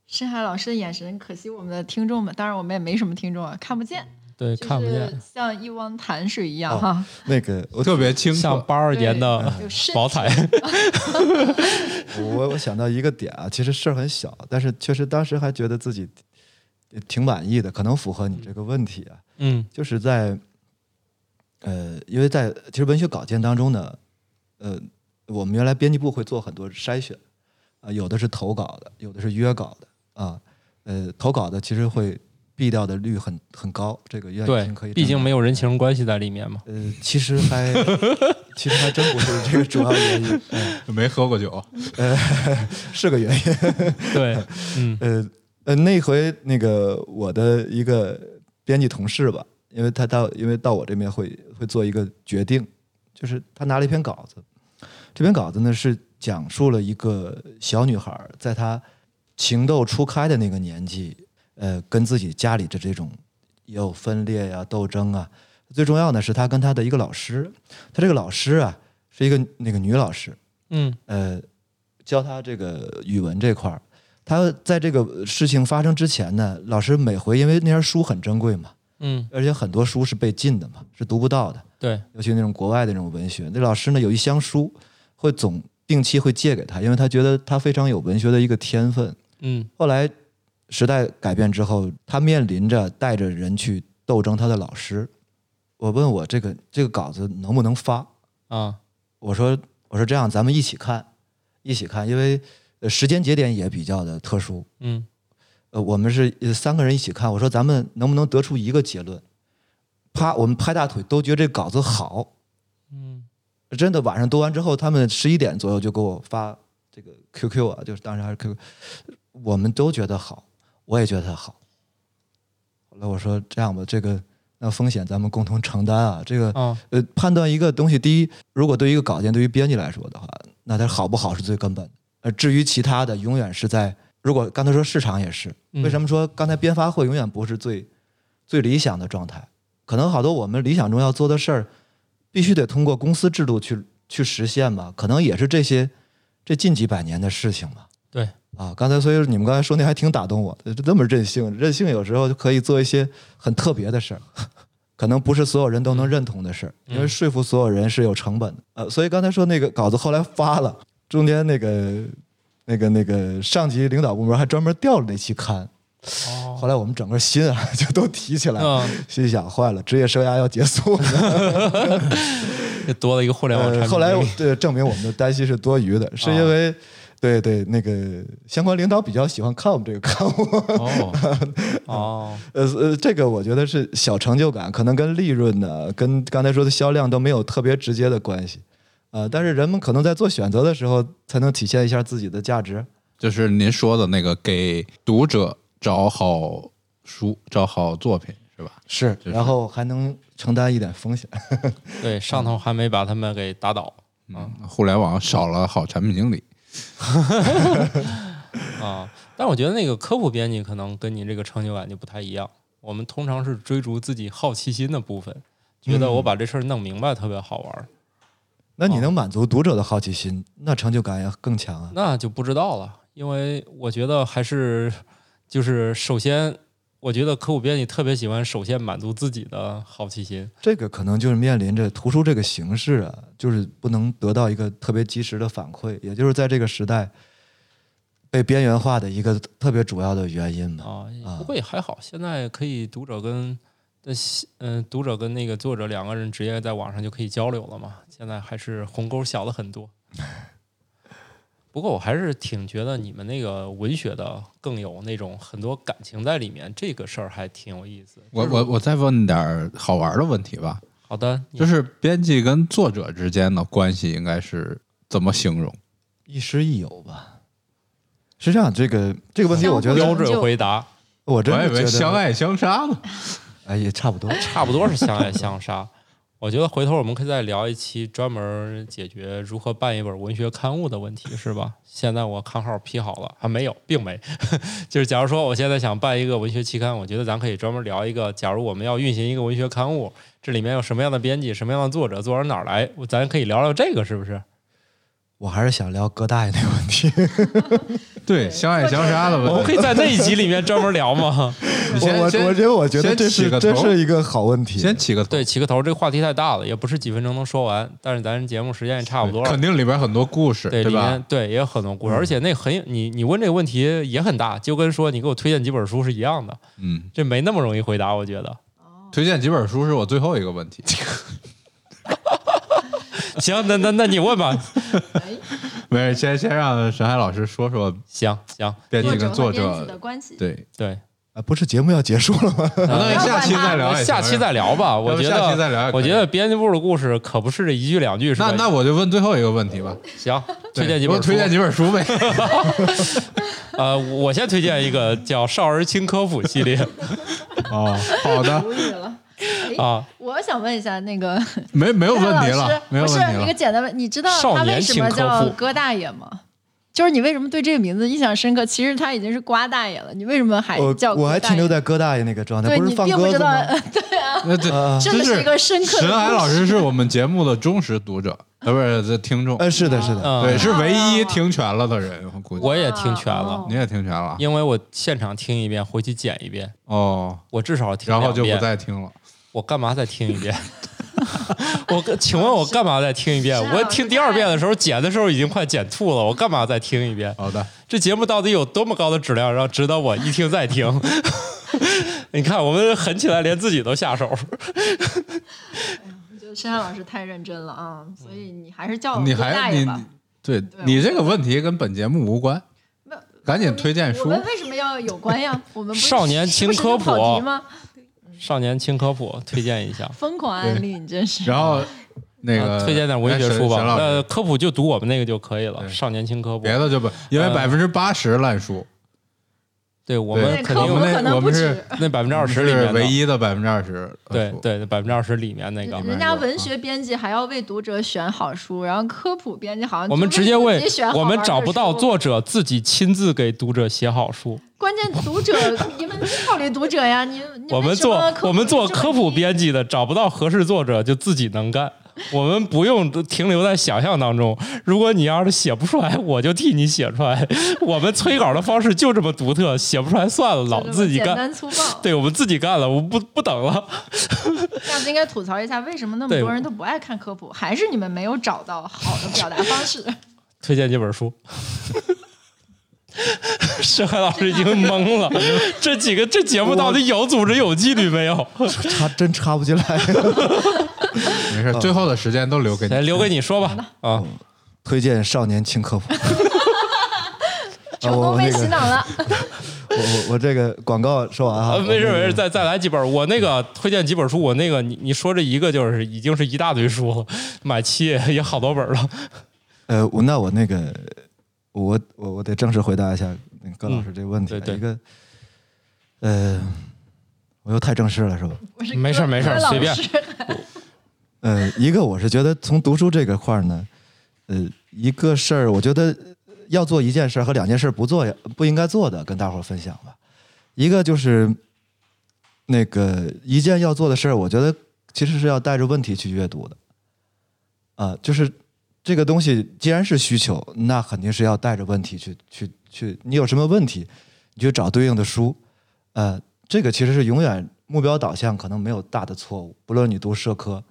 [SPEAKER 2] 深海老师的眼神，可惜我们的听众们，当然我们也没什么听众啊，看不见，
[SPEAKER 1] 对，
[SPEAKER 2] 就
[SPEAKER 1] 看不
[SPEAKER 2] 是
[SPEAKER 1] 见，
[SPEAKER 2] 像一汪潭水一样
[SPEAKER 6] 哦
[SPEAKER 2] 哈。
[SPEAKER 6] 那个，我
[SPEAKER 4] 特别清
[SPEAKER 1] 像
[SPEAKER 4] 楚，
[SPEAKER 1] 八二年的
[SPEAKER 2] 对有深
[SPEAKER 1] 宝彩。
[SPEAKER 6] 我我想到一个点啊，其实事儿很小，但是确实当时还觉得自己呃挺满意的，可能符合你这个问题啊，
[SPEAKER 1] 嗯
[SPEAKER 6] 就是在呃，因为在其实文学稿件当中呢，呃，我们原来编辑部会做很多筛选，啊、有的是投稿的，有的是约稿的啊，呃，投稿的其实会避掉的率很很高，这个愿意
[SPEAKER 1] 对
[SPEAKER 6] 听可以，
[SPEAKER 1] 毕竟
[SPEAKER 6] 证
[SPEAKER 1] 没有人情关系在里面嘛。
[SPEAKER 6] 明。呃，其实还 其实还真不是这个主要原因，嗯
[SPEAKER 4] 没喝过酒，
[SPEAKER 6] 是个原因。
[SPEAKER 1] 对，嗯
[SPEAKER 6] 呃呃，那回那个我的一个编辑同事吧，因为他到因为到我这边会会做一个决定，就是他拿了一篇稿子，这篇稿子呢是讲述了一个小女孩儿在她情窦初开的那个年纪，呃，跟自己家里的这种也有分裂呀、斗争啊。最重要的是，她跟她的一个老师，她这个老师啊是一个那个女老师，
[SPEAKER 1] 嗯
[SPEAKER 6] 呃，教他这个语文这块儿。他在这个事情发生之前呢，老师每回因为那些书很珍贵嘛，
[SPEAKER 1] 嗯，
[SPEAKER 6] 而且很多书是被禁的嘛，是读不到的，
[SPEAKER 1] 对，
[SPEAKER 6] 尤其那种国外的那种文学。那老师呢有一箱书，会总定期会借给他，因为他觉得他非常有文学的一个天分。
[SPEAKER 1] 嗯
[SPEAKER 6] 后来时代改变之后，他面临着带着人去斗争他的老师。我问我这个这个稿子能不能发？
[SPEAKER 1] 啊，
[SPEAKER 6] 我说我说这样，咱们一起看，一起看，因为呃时间节点也比较的特殊。
[SPEAKER 1] 嗯
[SPEAKER 6] 呃，我们是呃三个人一起看，我说咱们能不能得出一个结论？啪，我们拍大腿都觉得这稿子好，
[SPEAKER 1] 嗯
[SPEAKER 6] 真的晚上读完之后，他们十一点左右就给我发这个 QQ 啊，就是当时还是 QQ，我们都觉得好，我也觉得好。后来我说这样吧，这个那风险咱们共同承担啊。这个
[SPEAKER 1] 啊，
[SPEAKER 6] 呃，判断一个东西，第一，如果对于一个稿件，对于编辑来说的话，那它好不好是最根本的。呃，至于其他的，永远是在如果刚才说市场也是，
[SPEAKER 1] 嗯
[SPEAKER 6] 为什么说刚才编发会永远不是最最理想的状态？可能好多我们理想中要做的事儿，必须得通过公司制度去去实现嘛。可能也是这些这近几百年的事情嘛。
[SPEAKER 1] 对
[SPEAKER 6] 啊，刚才所以你们刚才说那还挺打动我的，这么任性，任性有时候就可以做一些很特别的事儿。 可能不是所有人都能认同的事儿，因
[SPEAKER 1] 嗯
[SPEAKER 6] 为说服所有人是有成本的。呃，所以刚才说那个稿子后来发了，中间那个、那个、那个上级领导部门还专门调了那期刊。
[SPEAKER 1] 哦，
[SPEAKER 6] 后来我们整个心啊就都提起来了，
[SPEAKER 1] 嗯
[SPEAKER 6] 心想坏了，职业生涯要结束了。
[SPEAKER 1] 这多了一个互联网产品。
[SPEAKER 6] 呃
[SPEAKER 1] 啊
[SPEAKER 6] 后来我对证明我们的担心是多余的，是因为、对对那个相关领导比较喜欢看我们这个刊物。
[SPEAKER 1] 哦 哦，
[SPEAKER 6] 呃呃，这个我觉得是小成就感，可能跟利润呢，跟刚才说的销量都没有特别直接的关系。呃，但是人们可能在做选择的时候，才能体现一下自己的价值。
[SPEAKER 4] 就是您说的那个给读者找好书、找好作品，是吧？
[SPEAKER 6] 是，
[SPEAKER 4] 是
[SPEAKER 6] 然后还能承担一点风险。
[SPEAKER 1] 对，上头还没把他们给打倒
[SPEAKER 4] 嗯，互联网少了好产品经理，
[SPEAKER 1] 啊。但我觉得那个科普编辑可能跟你这个成就感就不太一样。我们通常是追逐自己好奇心的部分，觉
[SPEAKER 6] 嗯
[SPEAKER 1] 得我把这事儿弄明白特别好玩儿，
[SPEAKER 6] 那你能满足读者的好奇心，那成就感也更强啊。
[SPEAKER 1] 那就不知道了。因为我觉得还是就是首先，我觉得科普编辑特别喜欢首先满足自己的好奇心。
[SPEAKER 6] 这个可能就是面临着图书这个形式啊，就是不能得到一个特别及时的反馈，也就是在这个时代被边缘化的一个特别主要的原因嘛。
[SPEAKER 1] 啊
[SPEAKER 6] 啊，
[SPEAKER 1] 不过也还好，现在可以读者跟呃西嗯、读者跟那个作者两个人直接在网上就可以交流了嘛。现在还是鸿沟小了很多。不过我还是挺觉得你们那个文学的更有那种很多感情在里面，这个事儿还挺有意思。
[SPEAKER 4] 我我我再问点儿好玩的问题吧，
[SPEAKER 1] 好的，你
[SPEAKER 4] 就是编辑跟作者之间的关系应该是怎么形容？
[SPEAKER 6] 亦师亦友吧。是这样，这个这个问题，
[SPEAKER 2] 相互
[SPEAKER 6] 我觉
[SPEAKER 1] 标
[SPEAKER 6] 得
[SPEAKER 1] 准回答，
[SPEAKER 6] 我真
[SPEAKER 4] 我以
[SPEAKER 6] 的觉
[SPEAKER 4] 为
[SPEAKER 6] 得
[SPEAKER 4] 相，爱相杀 呢。
[SPEAKER 6] 哎，也差不多。
[SPEAKER 1] 差不多是相爱相杀。 我觉得回头我们可以再聊一期专门解决如何办一本文学刊物的问题，是吧？现在我刊号批好了，还没有，并没。 就是假如说我现在想办一个文学期刊，我觉得咱可以专门聊一个，假如我们要运行一个文学刊物，这里面有什么样的编辑，什么样的作者，作者哪儿来，我咱可以聊聊这个，是不是？
[SPEAKER 6] 我还是想聊葛大爷那个问题。
[SPEAKER 4] 对，相爱相杀 的
[SPEAKER 1] 我们
[SPEAKER 4] 问
[SPEAKER 1] 可
[SPEAKER 4] 题。
[SPEAKER 1] 以在那一集里面专门聊吗？
[SPEAKER 4] 你
[SPEAKER 6] 我
[SPEAKER 4] 先
[SPEAKER 6] 我我
[SPEAKER 4] 先
[SPEAKER 6] 觉得，我觉得
[SPEAKER 4] 先
[SPEAKER 6] 这
[SPEAKER 4] 起
[SPEAKER 6] 是
[SPEAKER 4] 个
[SPEAKER 6] 这
[SPEAKER 4] 头
[SPEAKER 6] 是一个好问题。
[SPEAKER 4] 先起个 头
[SPEAKER 1] 对，起个头，这个话题太大了，也不是几分钟能说完。但是咱节目时间也差不多了，
[SPEAKER 4] 肯定里边很多故事，
[SPEAKER 1] 对，
[SPEAKER 4] 对
[SPEAKER 1] 里
[SPEAKER 4] 吧嗯
[SPEAKER 1] 面？对也有很多故事，而且那很有你你问这个问题也很大，就跟说你给我推荐几本书是一样的，
[SPEAKER 4] 嗯，
[SPEAKER 1] 这没那么容易回答，我觉得。
[SPEAKER 4] 推荐几本书是我最后一个问题。
[SPEAKER 1] 行，那那那你问吧，
[SPEAKER 2] 哎
[SPEAKER 4] 没事，先先让沈海老师说说
[SPEAKER 1] 行行，
[SPEAKER 4] 编辑
[SPEAKER 7] 作者
[SPEAKER 4] 跟
[SPEAKER 7] 和编辑
[SPEAKER 4] 作
[SPEAKER 7] 的
[SPEAKER 4] 者。
[SPEAKER 7] 关系。
[SPEAKER 4] 对，
[SPEAKER 1] 对，
[SPEAKER 6] 啊，不是节目要结束了吗？
[SPEAKER 4] 那下期再聊，
[SPEAKER 1] 下期再。聊 吧，我
[SPEAKER 4] 不
[SPEAKER 1] 觉
[SPEAKER 4] 下期再聊也
[SPEAKER 1] 得
[SPEAKER 4] 可以
[SPEAKER 1] 我觉得编辑部的故事可不是这一句两句是吧
[SPEAKER 4] 那？那我就问最后一个问题吧，
[SPEAKER 1] 行，
[SPEAKER 4] 对
[SPEAKER 1] 推荐几
[SPEAKER 4] 我
[SPEAKER 1] 本书
[SPEAKER 4] 推荐几本书呗。
[SPEAKER 1] 呃，我先推荐一个叫《少儿轻科普》系 列
[SPEAKER 4] 哦，好的，
[SPEAKER 2] 无语了。哎
[SPEAKER 1] 啊，
[SPEAKER 2] 我想问一下那个
[SPEAKER 4] 没没有问 题
[SPEAKER 2] 老师
[SPEAKER 4] 了，没有
[SPEAKER 2] 不是
[SPEAKER 4] 问题
[SPEAKER 2] 一个
[SPEAKER 4] 了。
[SPEAKER 2] 简单问，你知道
[SPEAKER 1] 少
[SPEAKER 2] 他为
[SPEAKER 1] 年
[SPEAKER 2] 什
[SPEAKER 1] 请
[SPEAKER 2] 么
[SPEAKER 1] 客
[SPEAKER 2] 叫
[SPEAKER 1] 户
[SPEAKER 2] 哥大爷吗？就是你为什么对这个名字印象深刻？其实他已经是瓜大爷了，你为什么还
[SPEAKER 6] 我
[SPEAKER 2] 哎叫
[SPEAKER 6] 我还
[SPEAKER 2] 哥大
[SPEAKER 6] 停留
[SPEAKER 2] 爷？
[SPEAKER 6] 在葛大爷那个状态，
[SPEAKER 2] 对
[SPEAKER 6] 不
[SPEAKER 2] 你
[SPEAKER 6] 是放
[SPEAKER 2] 并不
[SPEAKER 6] 鸽
[SPEAKER 2] 知
[SPEAKER 6] 子
[SPEAKER 2] 道，
[SPEAKER 6] 吗？
[SPEAKER 4] 那这
[SPEAKER 6] 啊
[SPEAKER 2] 真的
[SPEAKER 4] 就是
[SPEAKER 2] 一个深刻的
[SPEAKER 4] 沈海
[SPEAKER 2] 故事
[SPEAKER 4] 老师是我们节目的忠实读者，呃，不是这听众，
[SPEAKER 6] 呃，是的，是 的，
[SPEAKER 1] 嗯，
[SPEAKER 4] 对，是唯
[SPEAKER 2] 哎
[SPEAKER 4] 一听全了的人，我估计
[SPEAKER 1] 我也听全了
[SPEAKER 2] 哦，
[SPEAKER 4] 你也听全了
[SPEAKER 1] 因为我现场听一遍，回去剪一遍，
[SPEAKER 4] 哦，
[SPEAKER 1] 我至少听
[SPEAKER 4] 然后
[SPEAKER 1] 两
[SPEAKER 4] 就不
[SPEAKER 1] 遍
[SPEAKER 4] 再听了。
[SPEAKER 1] 我干嘛再听一遍？ 我跟请问我干嘛再听一遍
[SPEAKER 2] 是啊？
[SPEAKER 1] 我听第二遍的时候剪的时候已经快剪吐了，我干嘛再听一遍？
[SPEAKER 4] 好的，
[SPEAKER 1] 这节目到底有多么高的质量，让值得我一听再听？ 你看，我们狠起来连自己都下手。
[SPEAKER 2] 我觉得深海老师太认真了啊，所以你还是叫我
[SPEAKER 4] 你
[SPEAKER 2] 哥大
[SPEAKER 4] 还
[SPEAKER 2] 爷
[SPEAKER 4] 你
[SPEAKER 2] 吧。
[SPEAKER 4] 对
[SPEAKER 2] 对
[SPEAKER 4] 你
[SPEAKER 2] 我
[SPEAKER 4] 这个问题跟本节目无关
[SPEAKER 2] 没有，
[SPEAKER 4] 赶紧推荐书
[SPEAKER 2] 我。们为什么要有关呀？我们不是
[SPEAKER 1] 少年轻科普
[SPEAKER 2] 是不是跑题吗？
[SPEAKER 1] 少年轻科普推荐一下，
[SPEAKER 2] 疯狂案例，你真是。
[SPEAKER 4] 然后那
[SPEAKER 1] 啊
[SPEAKER 4] 个
[SPEAKER 1] 推荐点文学书吧。
[SPEAKER 4] 哎沈沈老
[SPEAKER 1] 那
[SPEAKER 4] 师
[SPEAKER 1] 科普就读我们那个就可以了，
[SPEAKER 4] 对啊
[SPEAKER 1] 少年轻科普
[SPEAKER 4] 别。的就不，因为
[SPEAKER 1] 呃
[SPEAKER 4] 百分之八十烂书，
[SPEAKER 1] 对我
[SPEAKER 4] 对
[SPEAKER 1] 们
[SPEAKER 2] 对
[SPEAKER 1] 肯
[SPEAKER 2] 科
[SPEAKER 1] 定
[SPEAKER 2] 普
[SPEAKER 4] 我们
[SPEAKER 2] 可
[SPEAKER 4] 那
[SPEAKER 2] 能
[SPEAKER 4] 我
[SPEAKER 2] 不
[SPEAKER 4] 们
[SPEAKER 2] 止
[SPEAKER 4] 是，
[SPEAKER 1] 那百分之二十里
[SPEAKER 4] 是
[SPEAKER 1] 面的
[SPEAKER 4] 唯一的百分之二十，
[SPEAKER 1] 对对，百分之二十里面那个，
[SPEAKER 2] 人家文学编辑还要为读者选好书，然后科普编辑好 像
[SPEAKER 1] 我们
[SPEAKER 2] 就
[SPEAKER 1] 直接
[SPEAKER 2] 为
[SPEAKER 1] 为
[SPEAKER 2] 自己选好
[SPEAKER 1] 我们
[SPEAKER 2] 玩的
[SPEAKER 1] 找不到
[SPEAKER 2] 书，
[SPEAKER 1] 作者，自己亲自给读者写好书。
[SPEAKER 2] 关键读者你们考虑读者呀，你你
[SPEAKER 1] 我们
[SPEAKER 2] 为什
[SPEAKER 1] 做
[SPEAKER 2] 么科普
[SPEAKER 1] 我们做
[SPEAKER 2] 这么
[SPEAKER 1] 科普
[SPEAKER 2] 低
[SPEAKER 1] 编辑的，找不到合适作者就自己能干。我们不用停留在想象当中。如果你要是写不出来，我就替你写出来。 我们催稿的方式就这么独特，写不出来算了，老
[SPEAKER 2] 就是
[SPEAKER 1] 自己
[SPEAKER 2] 简
[SPEAKER 1] 干。
[SPEAKER 2] 单粗暴。
[SPEAKER 1] 对我们自己干了，我不不等了。
[SPEAKER 2] 下次应该吐槽一下，为什么那么
[SPEAKER 1] 对
[SPEAKER 2] 多人都不爱看科普？还是你们没有找到好的表达方 式？
[SPEAKER 1] 推荐这本书。 沈海老师已经懵了，这几个这节目到底有组织有纪律没有？
[SPEAKER 6] 插真插不进来。
[SPEAKER 4] 没
[SPEAKER 1] 嗯
[SPEAKER 4] 事，最后的时间都留给你
[SPEAKER 1] 来。留给你说吧。啊，
[SPEAKER 6] 推荐少年轻科普。
[SPEAKER 2] 成
[SPEAKER 1] 哦
[SPEAKER 6] 我
[SPEAKER 2] 功
[SPEAKER 6] 我
[SPEAKER 2] 被
[SPEAKER 6] 那
[SPEAKER 2] 洗
[SPEAKER 6] 个
[SPEAKER 2] 脑 了，
[SPEAKER 6] 呃我我我这个广告说完
[SPEAKER 4] 啊
[SPEAKER 1] 呃
[SPEAKER 6] 哈，
[SPEAKER 1] 没事
[SPEAKER 6] 我那
[SPEAKER 1] 没
[SPEAKER 6] 个
[SPEAKER 1] 事，再再来几本。我那个推荐几本书，我那个你你说这一个就是已经是一大堆书了，买七也也好多本了。
[SPEAKER 6] 呃，我那我那个，我我我得正式回答一下那个高老师这个问题了。
[SPEAKER 1] 嗯对对
[SPEAKER 6] 一个，呃，我又太正式了是吧？
[SPEAKER 2] 我是
[SPEAKER 1] 没事
[SPEAKER 2] 科
[SPEAKER 1] 没事
[SPEAKER 2] 科老
[SPEAKER 1] 随便
[SPEAKER 2] 师
[SPEAKER 6] 呃，一个我是觉得从读书这个块儿呢，呃，一个事儿，我觉得要做一件事儿和两件事儿不做也不应该做的，跟大伙儿分享吧。一个就是那个一件要做的事儿，我觉得其实是要带着问题去阅读的，啊、就是这个东西既然是需求，那肯定是要带着问题去去去，你有什么问题，你去找对应的书，呃，这个其实是永远目标导向，可能没有大的错误，不论你读社科。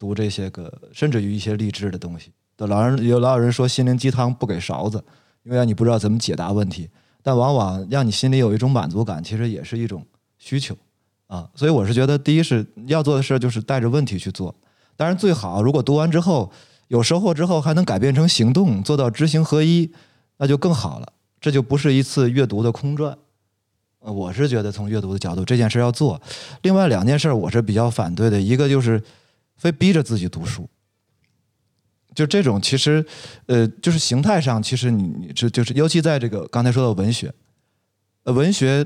[SPEAKER 6] 读这些个，甚至于一些励志的东西。对老人有老有人说心灵鸡汤不给勺子，因为让你不知道怎么解答问题，但往往让你心里有一种满足感，其实也是一种需求啊。所以我是觉得，第一是要做的事儿就是带着问题去做。当然最好如果读完之后有收获之后，还能改变成行动，做到知行合一，那就更好了。这就不是一次阅读的空转。呃，我是觉得从阅读的角度，这件事要做。另外两件事儿我是比较反对的，一个就是非逼着自己读书。就这种，其实，呃，就是形态上，其实你你这就是，尤其在这个刚才说的文学，呃，文学，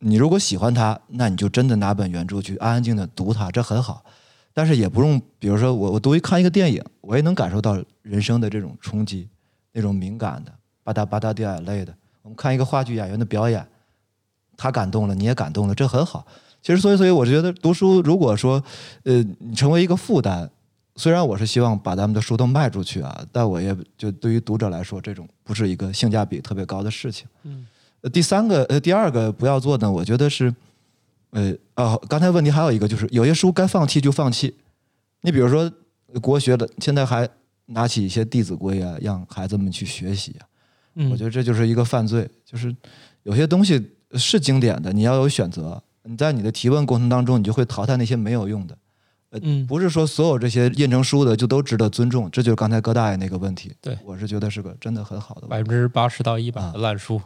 [SPEAKER 6] 你如果喜欢它，那你就真的拿本原著去安安静静地读它，这很好。但是也不用，比如说我我读一看一个电影，我也能感受到人生的这种冲击，那种敏感的吧嗒吧嗒掉眼泪的。我们看一个话剧演员的表演，他感动了，你也感动了，这很好。其实，所以，所以我觉得读书，如果说，呃，你成为一个负担，虽然我是希望把咱们的书都卖出去啊，但我也就对于读者来说，这种不是一个性价比特别高的事情。呃第三个，呃，第二个不要做呢，我觉得是，呃，哦，刚才问题还有一个就是，呃有些书该放弃就放弃。你比如说呃国学的，现在还拿起一些《弟子规》啊，让孩子们去学习啊，
[SPEAKER 1] 嗯
[SPEAKER 6] 我觉得这就是一个犯罪，就是有些东西是经典的，你要有选择。你在你的提问过程当中，你就会淘汰那些没有用的。呃，
[SPEAKER 1] 嗯
[SPEAKER 6] 不是说所有这些印成书的就都值得尊重，这就是刚才葛大爷那个问题。
[SPEAKER 1] 对
[SPEAKER 6] 我是觉得是个真的很好的问题
[SPEAKER 1] 百。分之八十到一百
[SPEAKER 6] 啊
[SPEAKER 1] 的烂书，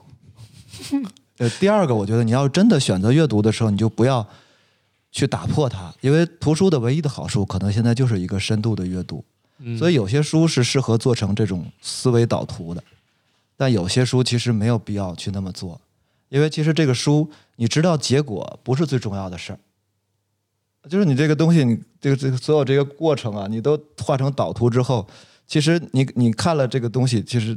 [SPEAKER 6] 呃，第二个，我觉得你要真的选择阅读的时候，你就不要去打破它，因为图书的唯一的好处，可能现在就是一个深度的阅读。
[SPEAKER 1] 嗯
[SPEAKER 6] 所以有些书是适合做成这种思维导图的，但有些书其实没有必要去那么做，因为其实这个书你知道结果不是最重要的事儿，就是你这个东西，你这个这个所有这个过程啊，你都画成导图之后，其实你你看了这个东西，其实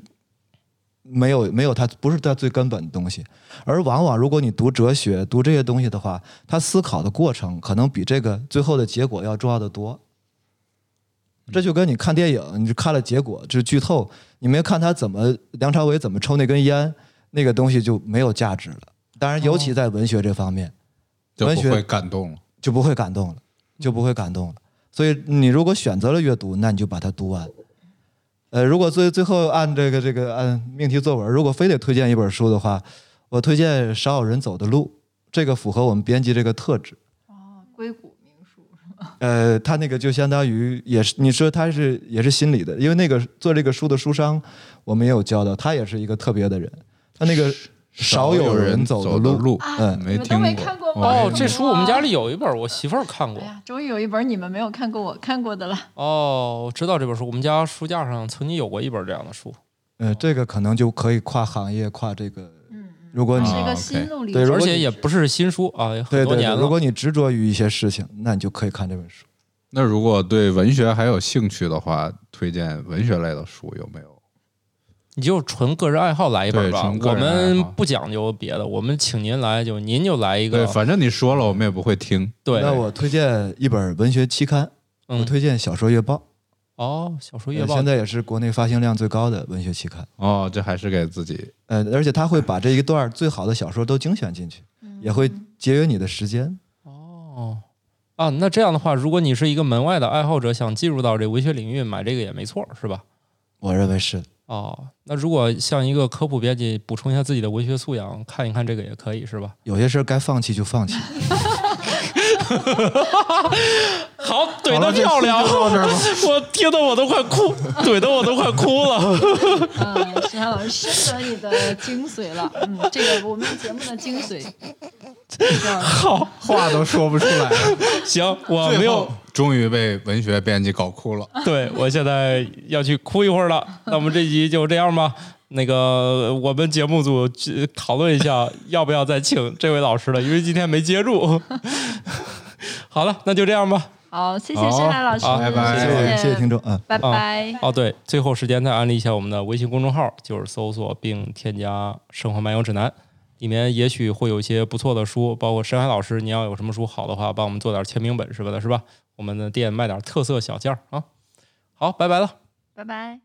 [SPEAKER 6] 没有没有它不是它最根本的东西，而往往如果你读哲学、读这些东西的话，他思考的过程可能比这个最后的结果要重要的多。这就跟你看电影，你就看了结果，就是剧透，你没看他怎么梁朝伟怎么抽那根烟，那个东西就没有价值了。当然，尤其在文学这方面，
[SPEAKER 4] 就
[SPEAKER 6] 文
[SPEAKER 4] 不
[SPEAKER 6] 学
[SPEAKER 4] 会感动了。
[SPEAKER 6] 就不会感动了，就不会感动了。所以你如果选择了阅读，那你就把它读完。呃，如果最最后按这个这个按命题作文，如果非得推荐一本书的话，我推荐《少有人走的路》，这个符合我们编辑这个特质。
[SPEAKER 1] 哦
[SPEAKER 2] 硅谷名书，
[SPEAKER 6] 呃，他那个就相当于也是，你说他是也是心理的，因为那个做这个书的书商，我们也有教到，他也是一个特别的人，他那个少有人走的路，
[SPEAKER 4] 路，
[SPEAKER 6] 嗯
[SPEAKER 2] 啊
[SPEAKER 4] 没
[SPEAKER 2] 你们都
[SPEAKER 4] 听
[SPEAKER 2] 没
[SPEAKER 4] 过
[SPEAKER 2] 看过吗
[SPEAKER 1] 哦
[SPEAKER 4] 我，没
[SPEAKER 1] 这
[SPEAKER 4] 听
[SPEAKER 1] 书我们家里有一本，我媳妇儿看过
[SPEAKER 2] 哎。呀，终于有一本你们没有看过我看过的了。
[SPEAKER 1] 哦，我知道这本书，我们家书架上曾经有过一本这样的书。
[SPEAKER 6] 呃，这个可能就可以跨行业、跨这个
[SPEAKER 2] 嗯嗯。
[SPEAKER 6] 如果你
[SPEAKER 2] 是一
[SPEAKER 1] 哦
[SPEAKER 4] 啊
[SPEAKER 2] 个
[SPEAKER 4] ，OK
[SPEAKER 2] 心路历
[SPEAKER 6] 对
[SPEAKER 2] 程，
[SPEAKER 6] 如
[SPEAKER 1] 而
[SPEAKER 6] 果
[SPEAKER 1] 且
[SPEAKER 6] 你
[SPEAKER 1] 也不是新书啊，也
[SPEAKER 6] 对
[SPEAKER 1] 很多
[SPEAKER 6] 对
[SPEAKER 1] 年
[SPEAKER 6] 对，
[SPEAKER 1] 了。
[SPEAKER 6] 如果你执着于一些事情，那你就可以看这本书。
[SPEAKER 4] 那如果对文学还有兴趣的话，推荐文学类的书有没有？
[SPEAKER 1] 你就纯个人爱好来一本
[SPEAKER 4] 对
[SPEAKER 1] 吧
[SPEAKER 4] 纯，个
[SPEAKER 1] 我
[SPEAKER 4] 人爱
[SPEAKER 1] 们
[SPEAKER 4] 好
[SPEAKER 1] 不讲究别的，我们请您来就您就来一
[SPEAKER 4] 对，
[SPEAKER 1] 个，
[SPEAKER 4] 反正你说了，我们也不会听。
[SPEAKER 1] 对，
[SPEAKER 6] 那我推荐一本文学期刊，我
[SPEAKER 1] 嗯，
[SPEAKER 6] 推荐《小说月报》
[SPEAKER 1] 哦，小说
[SPEAKER 6] 呃
[SPEAKER 1] 月报
[SPEAKER 6] 现在也是国内发行量最高的文学期刊。
[SPEAKER 4] 哦，这还是给自己
[SPEAKER 6] 呃，而且他会把这一段儿最好的小说都精选进去，也会节约你的时间。
[SPEAKER 1] 啊，那这样的话，如果你是一个门外的爱好者，想进入到这文学领域，买这个也没错，是吧？
[SPEAKER 6] 我认为是，
[SPEAKER 1] 哦，那如果像一个科普编辑补充一下自己的文学素养，看一看这个也可以，是吧？
[SPEAKER 6] 有些事儿该放弃就放弃。
[SPEAKER 1] 好， 怼得漂亮， 我听得我都快哭，怼得我都快哭了。
[SPEAKER 2] 嗯，沈阳老师深得你的精髓了，嗯，这个我们节目的精髓，
[SPEAKER 4] 话都说不出来，
[SPEAKER 1] 行，我没有，
[SPEAKER 4] 哦终于被文学编辑搞哭了。
[SPEAKER 1] 对我现在要去哭一会儿了。那我们这集就这样吧。那个，我们节目组去讨论一下，要不要再请这位老师了，因为今天没接住。 好了，那就这样吧。
[SPEAKER 2] 好，谢谢
[SPEAKER 4] 好
[SPEAKER 2] 沈阳老师，
[SPEAKER 1] 好
[SPEAKER 4] 拜拜
[SPEAKER 6] 谢谢谢谢听众啊。嗯
[SPEAKER 2] 拜拜。
[SPEAKER 1] 哦，对，最后时间再安利一下我们的微信公众号，就是搜索并添加“生活漫游指南”，里面也许会有一些不错的书，包括深海老师，你要有什么书好的话，帮我们做点签名本什么的，是吧？我们的店卖点特色小件儿啊。好，拜拜了。
[SPEAKER 2] 拜拜。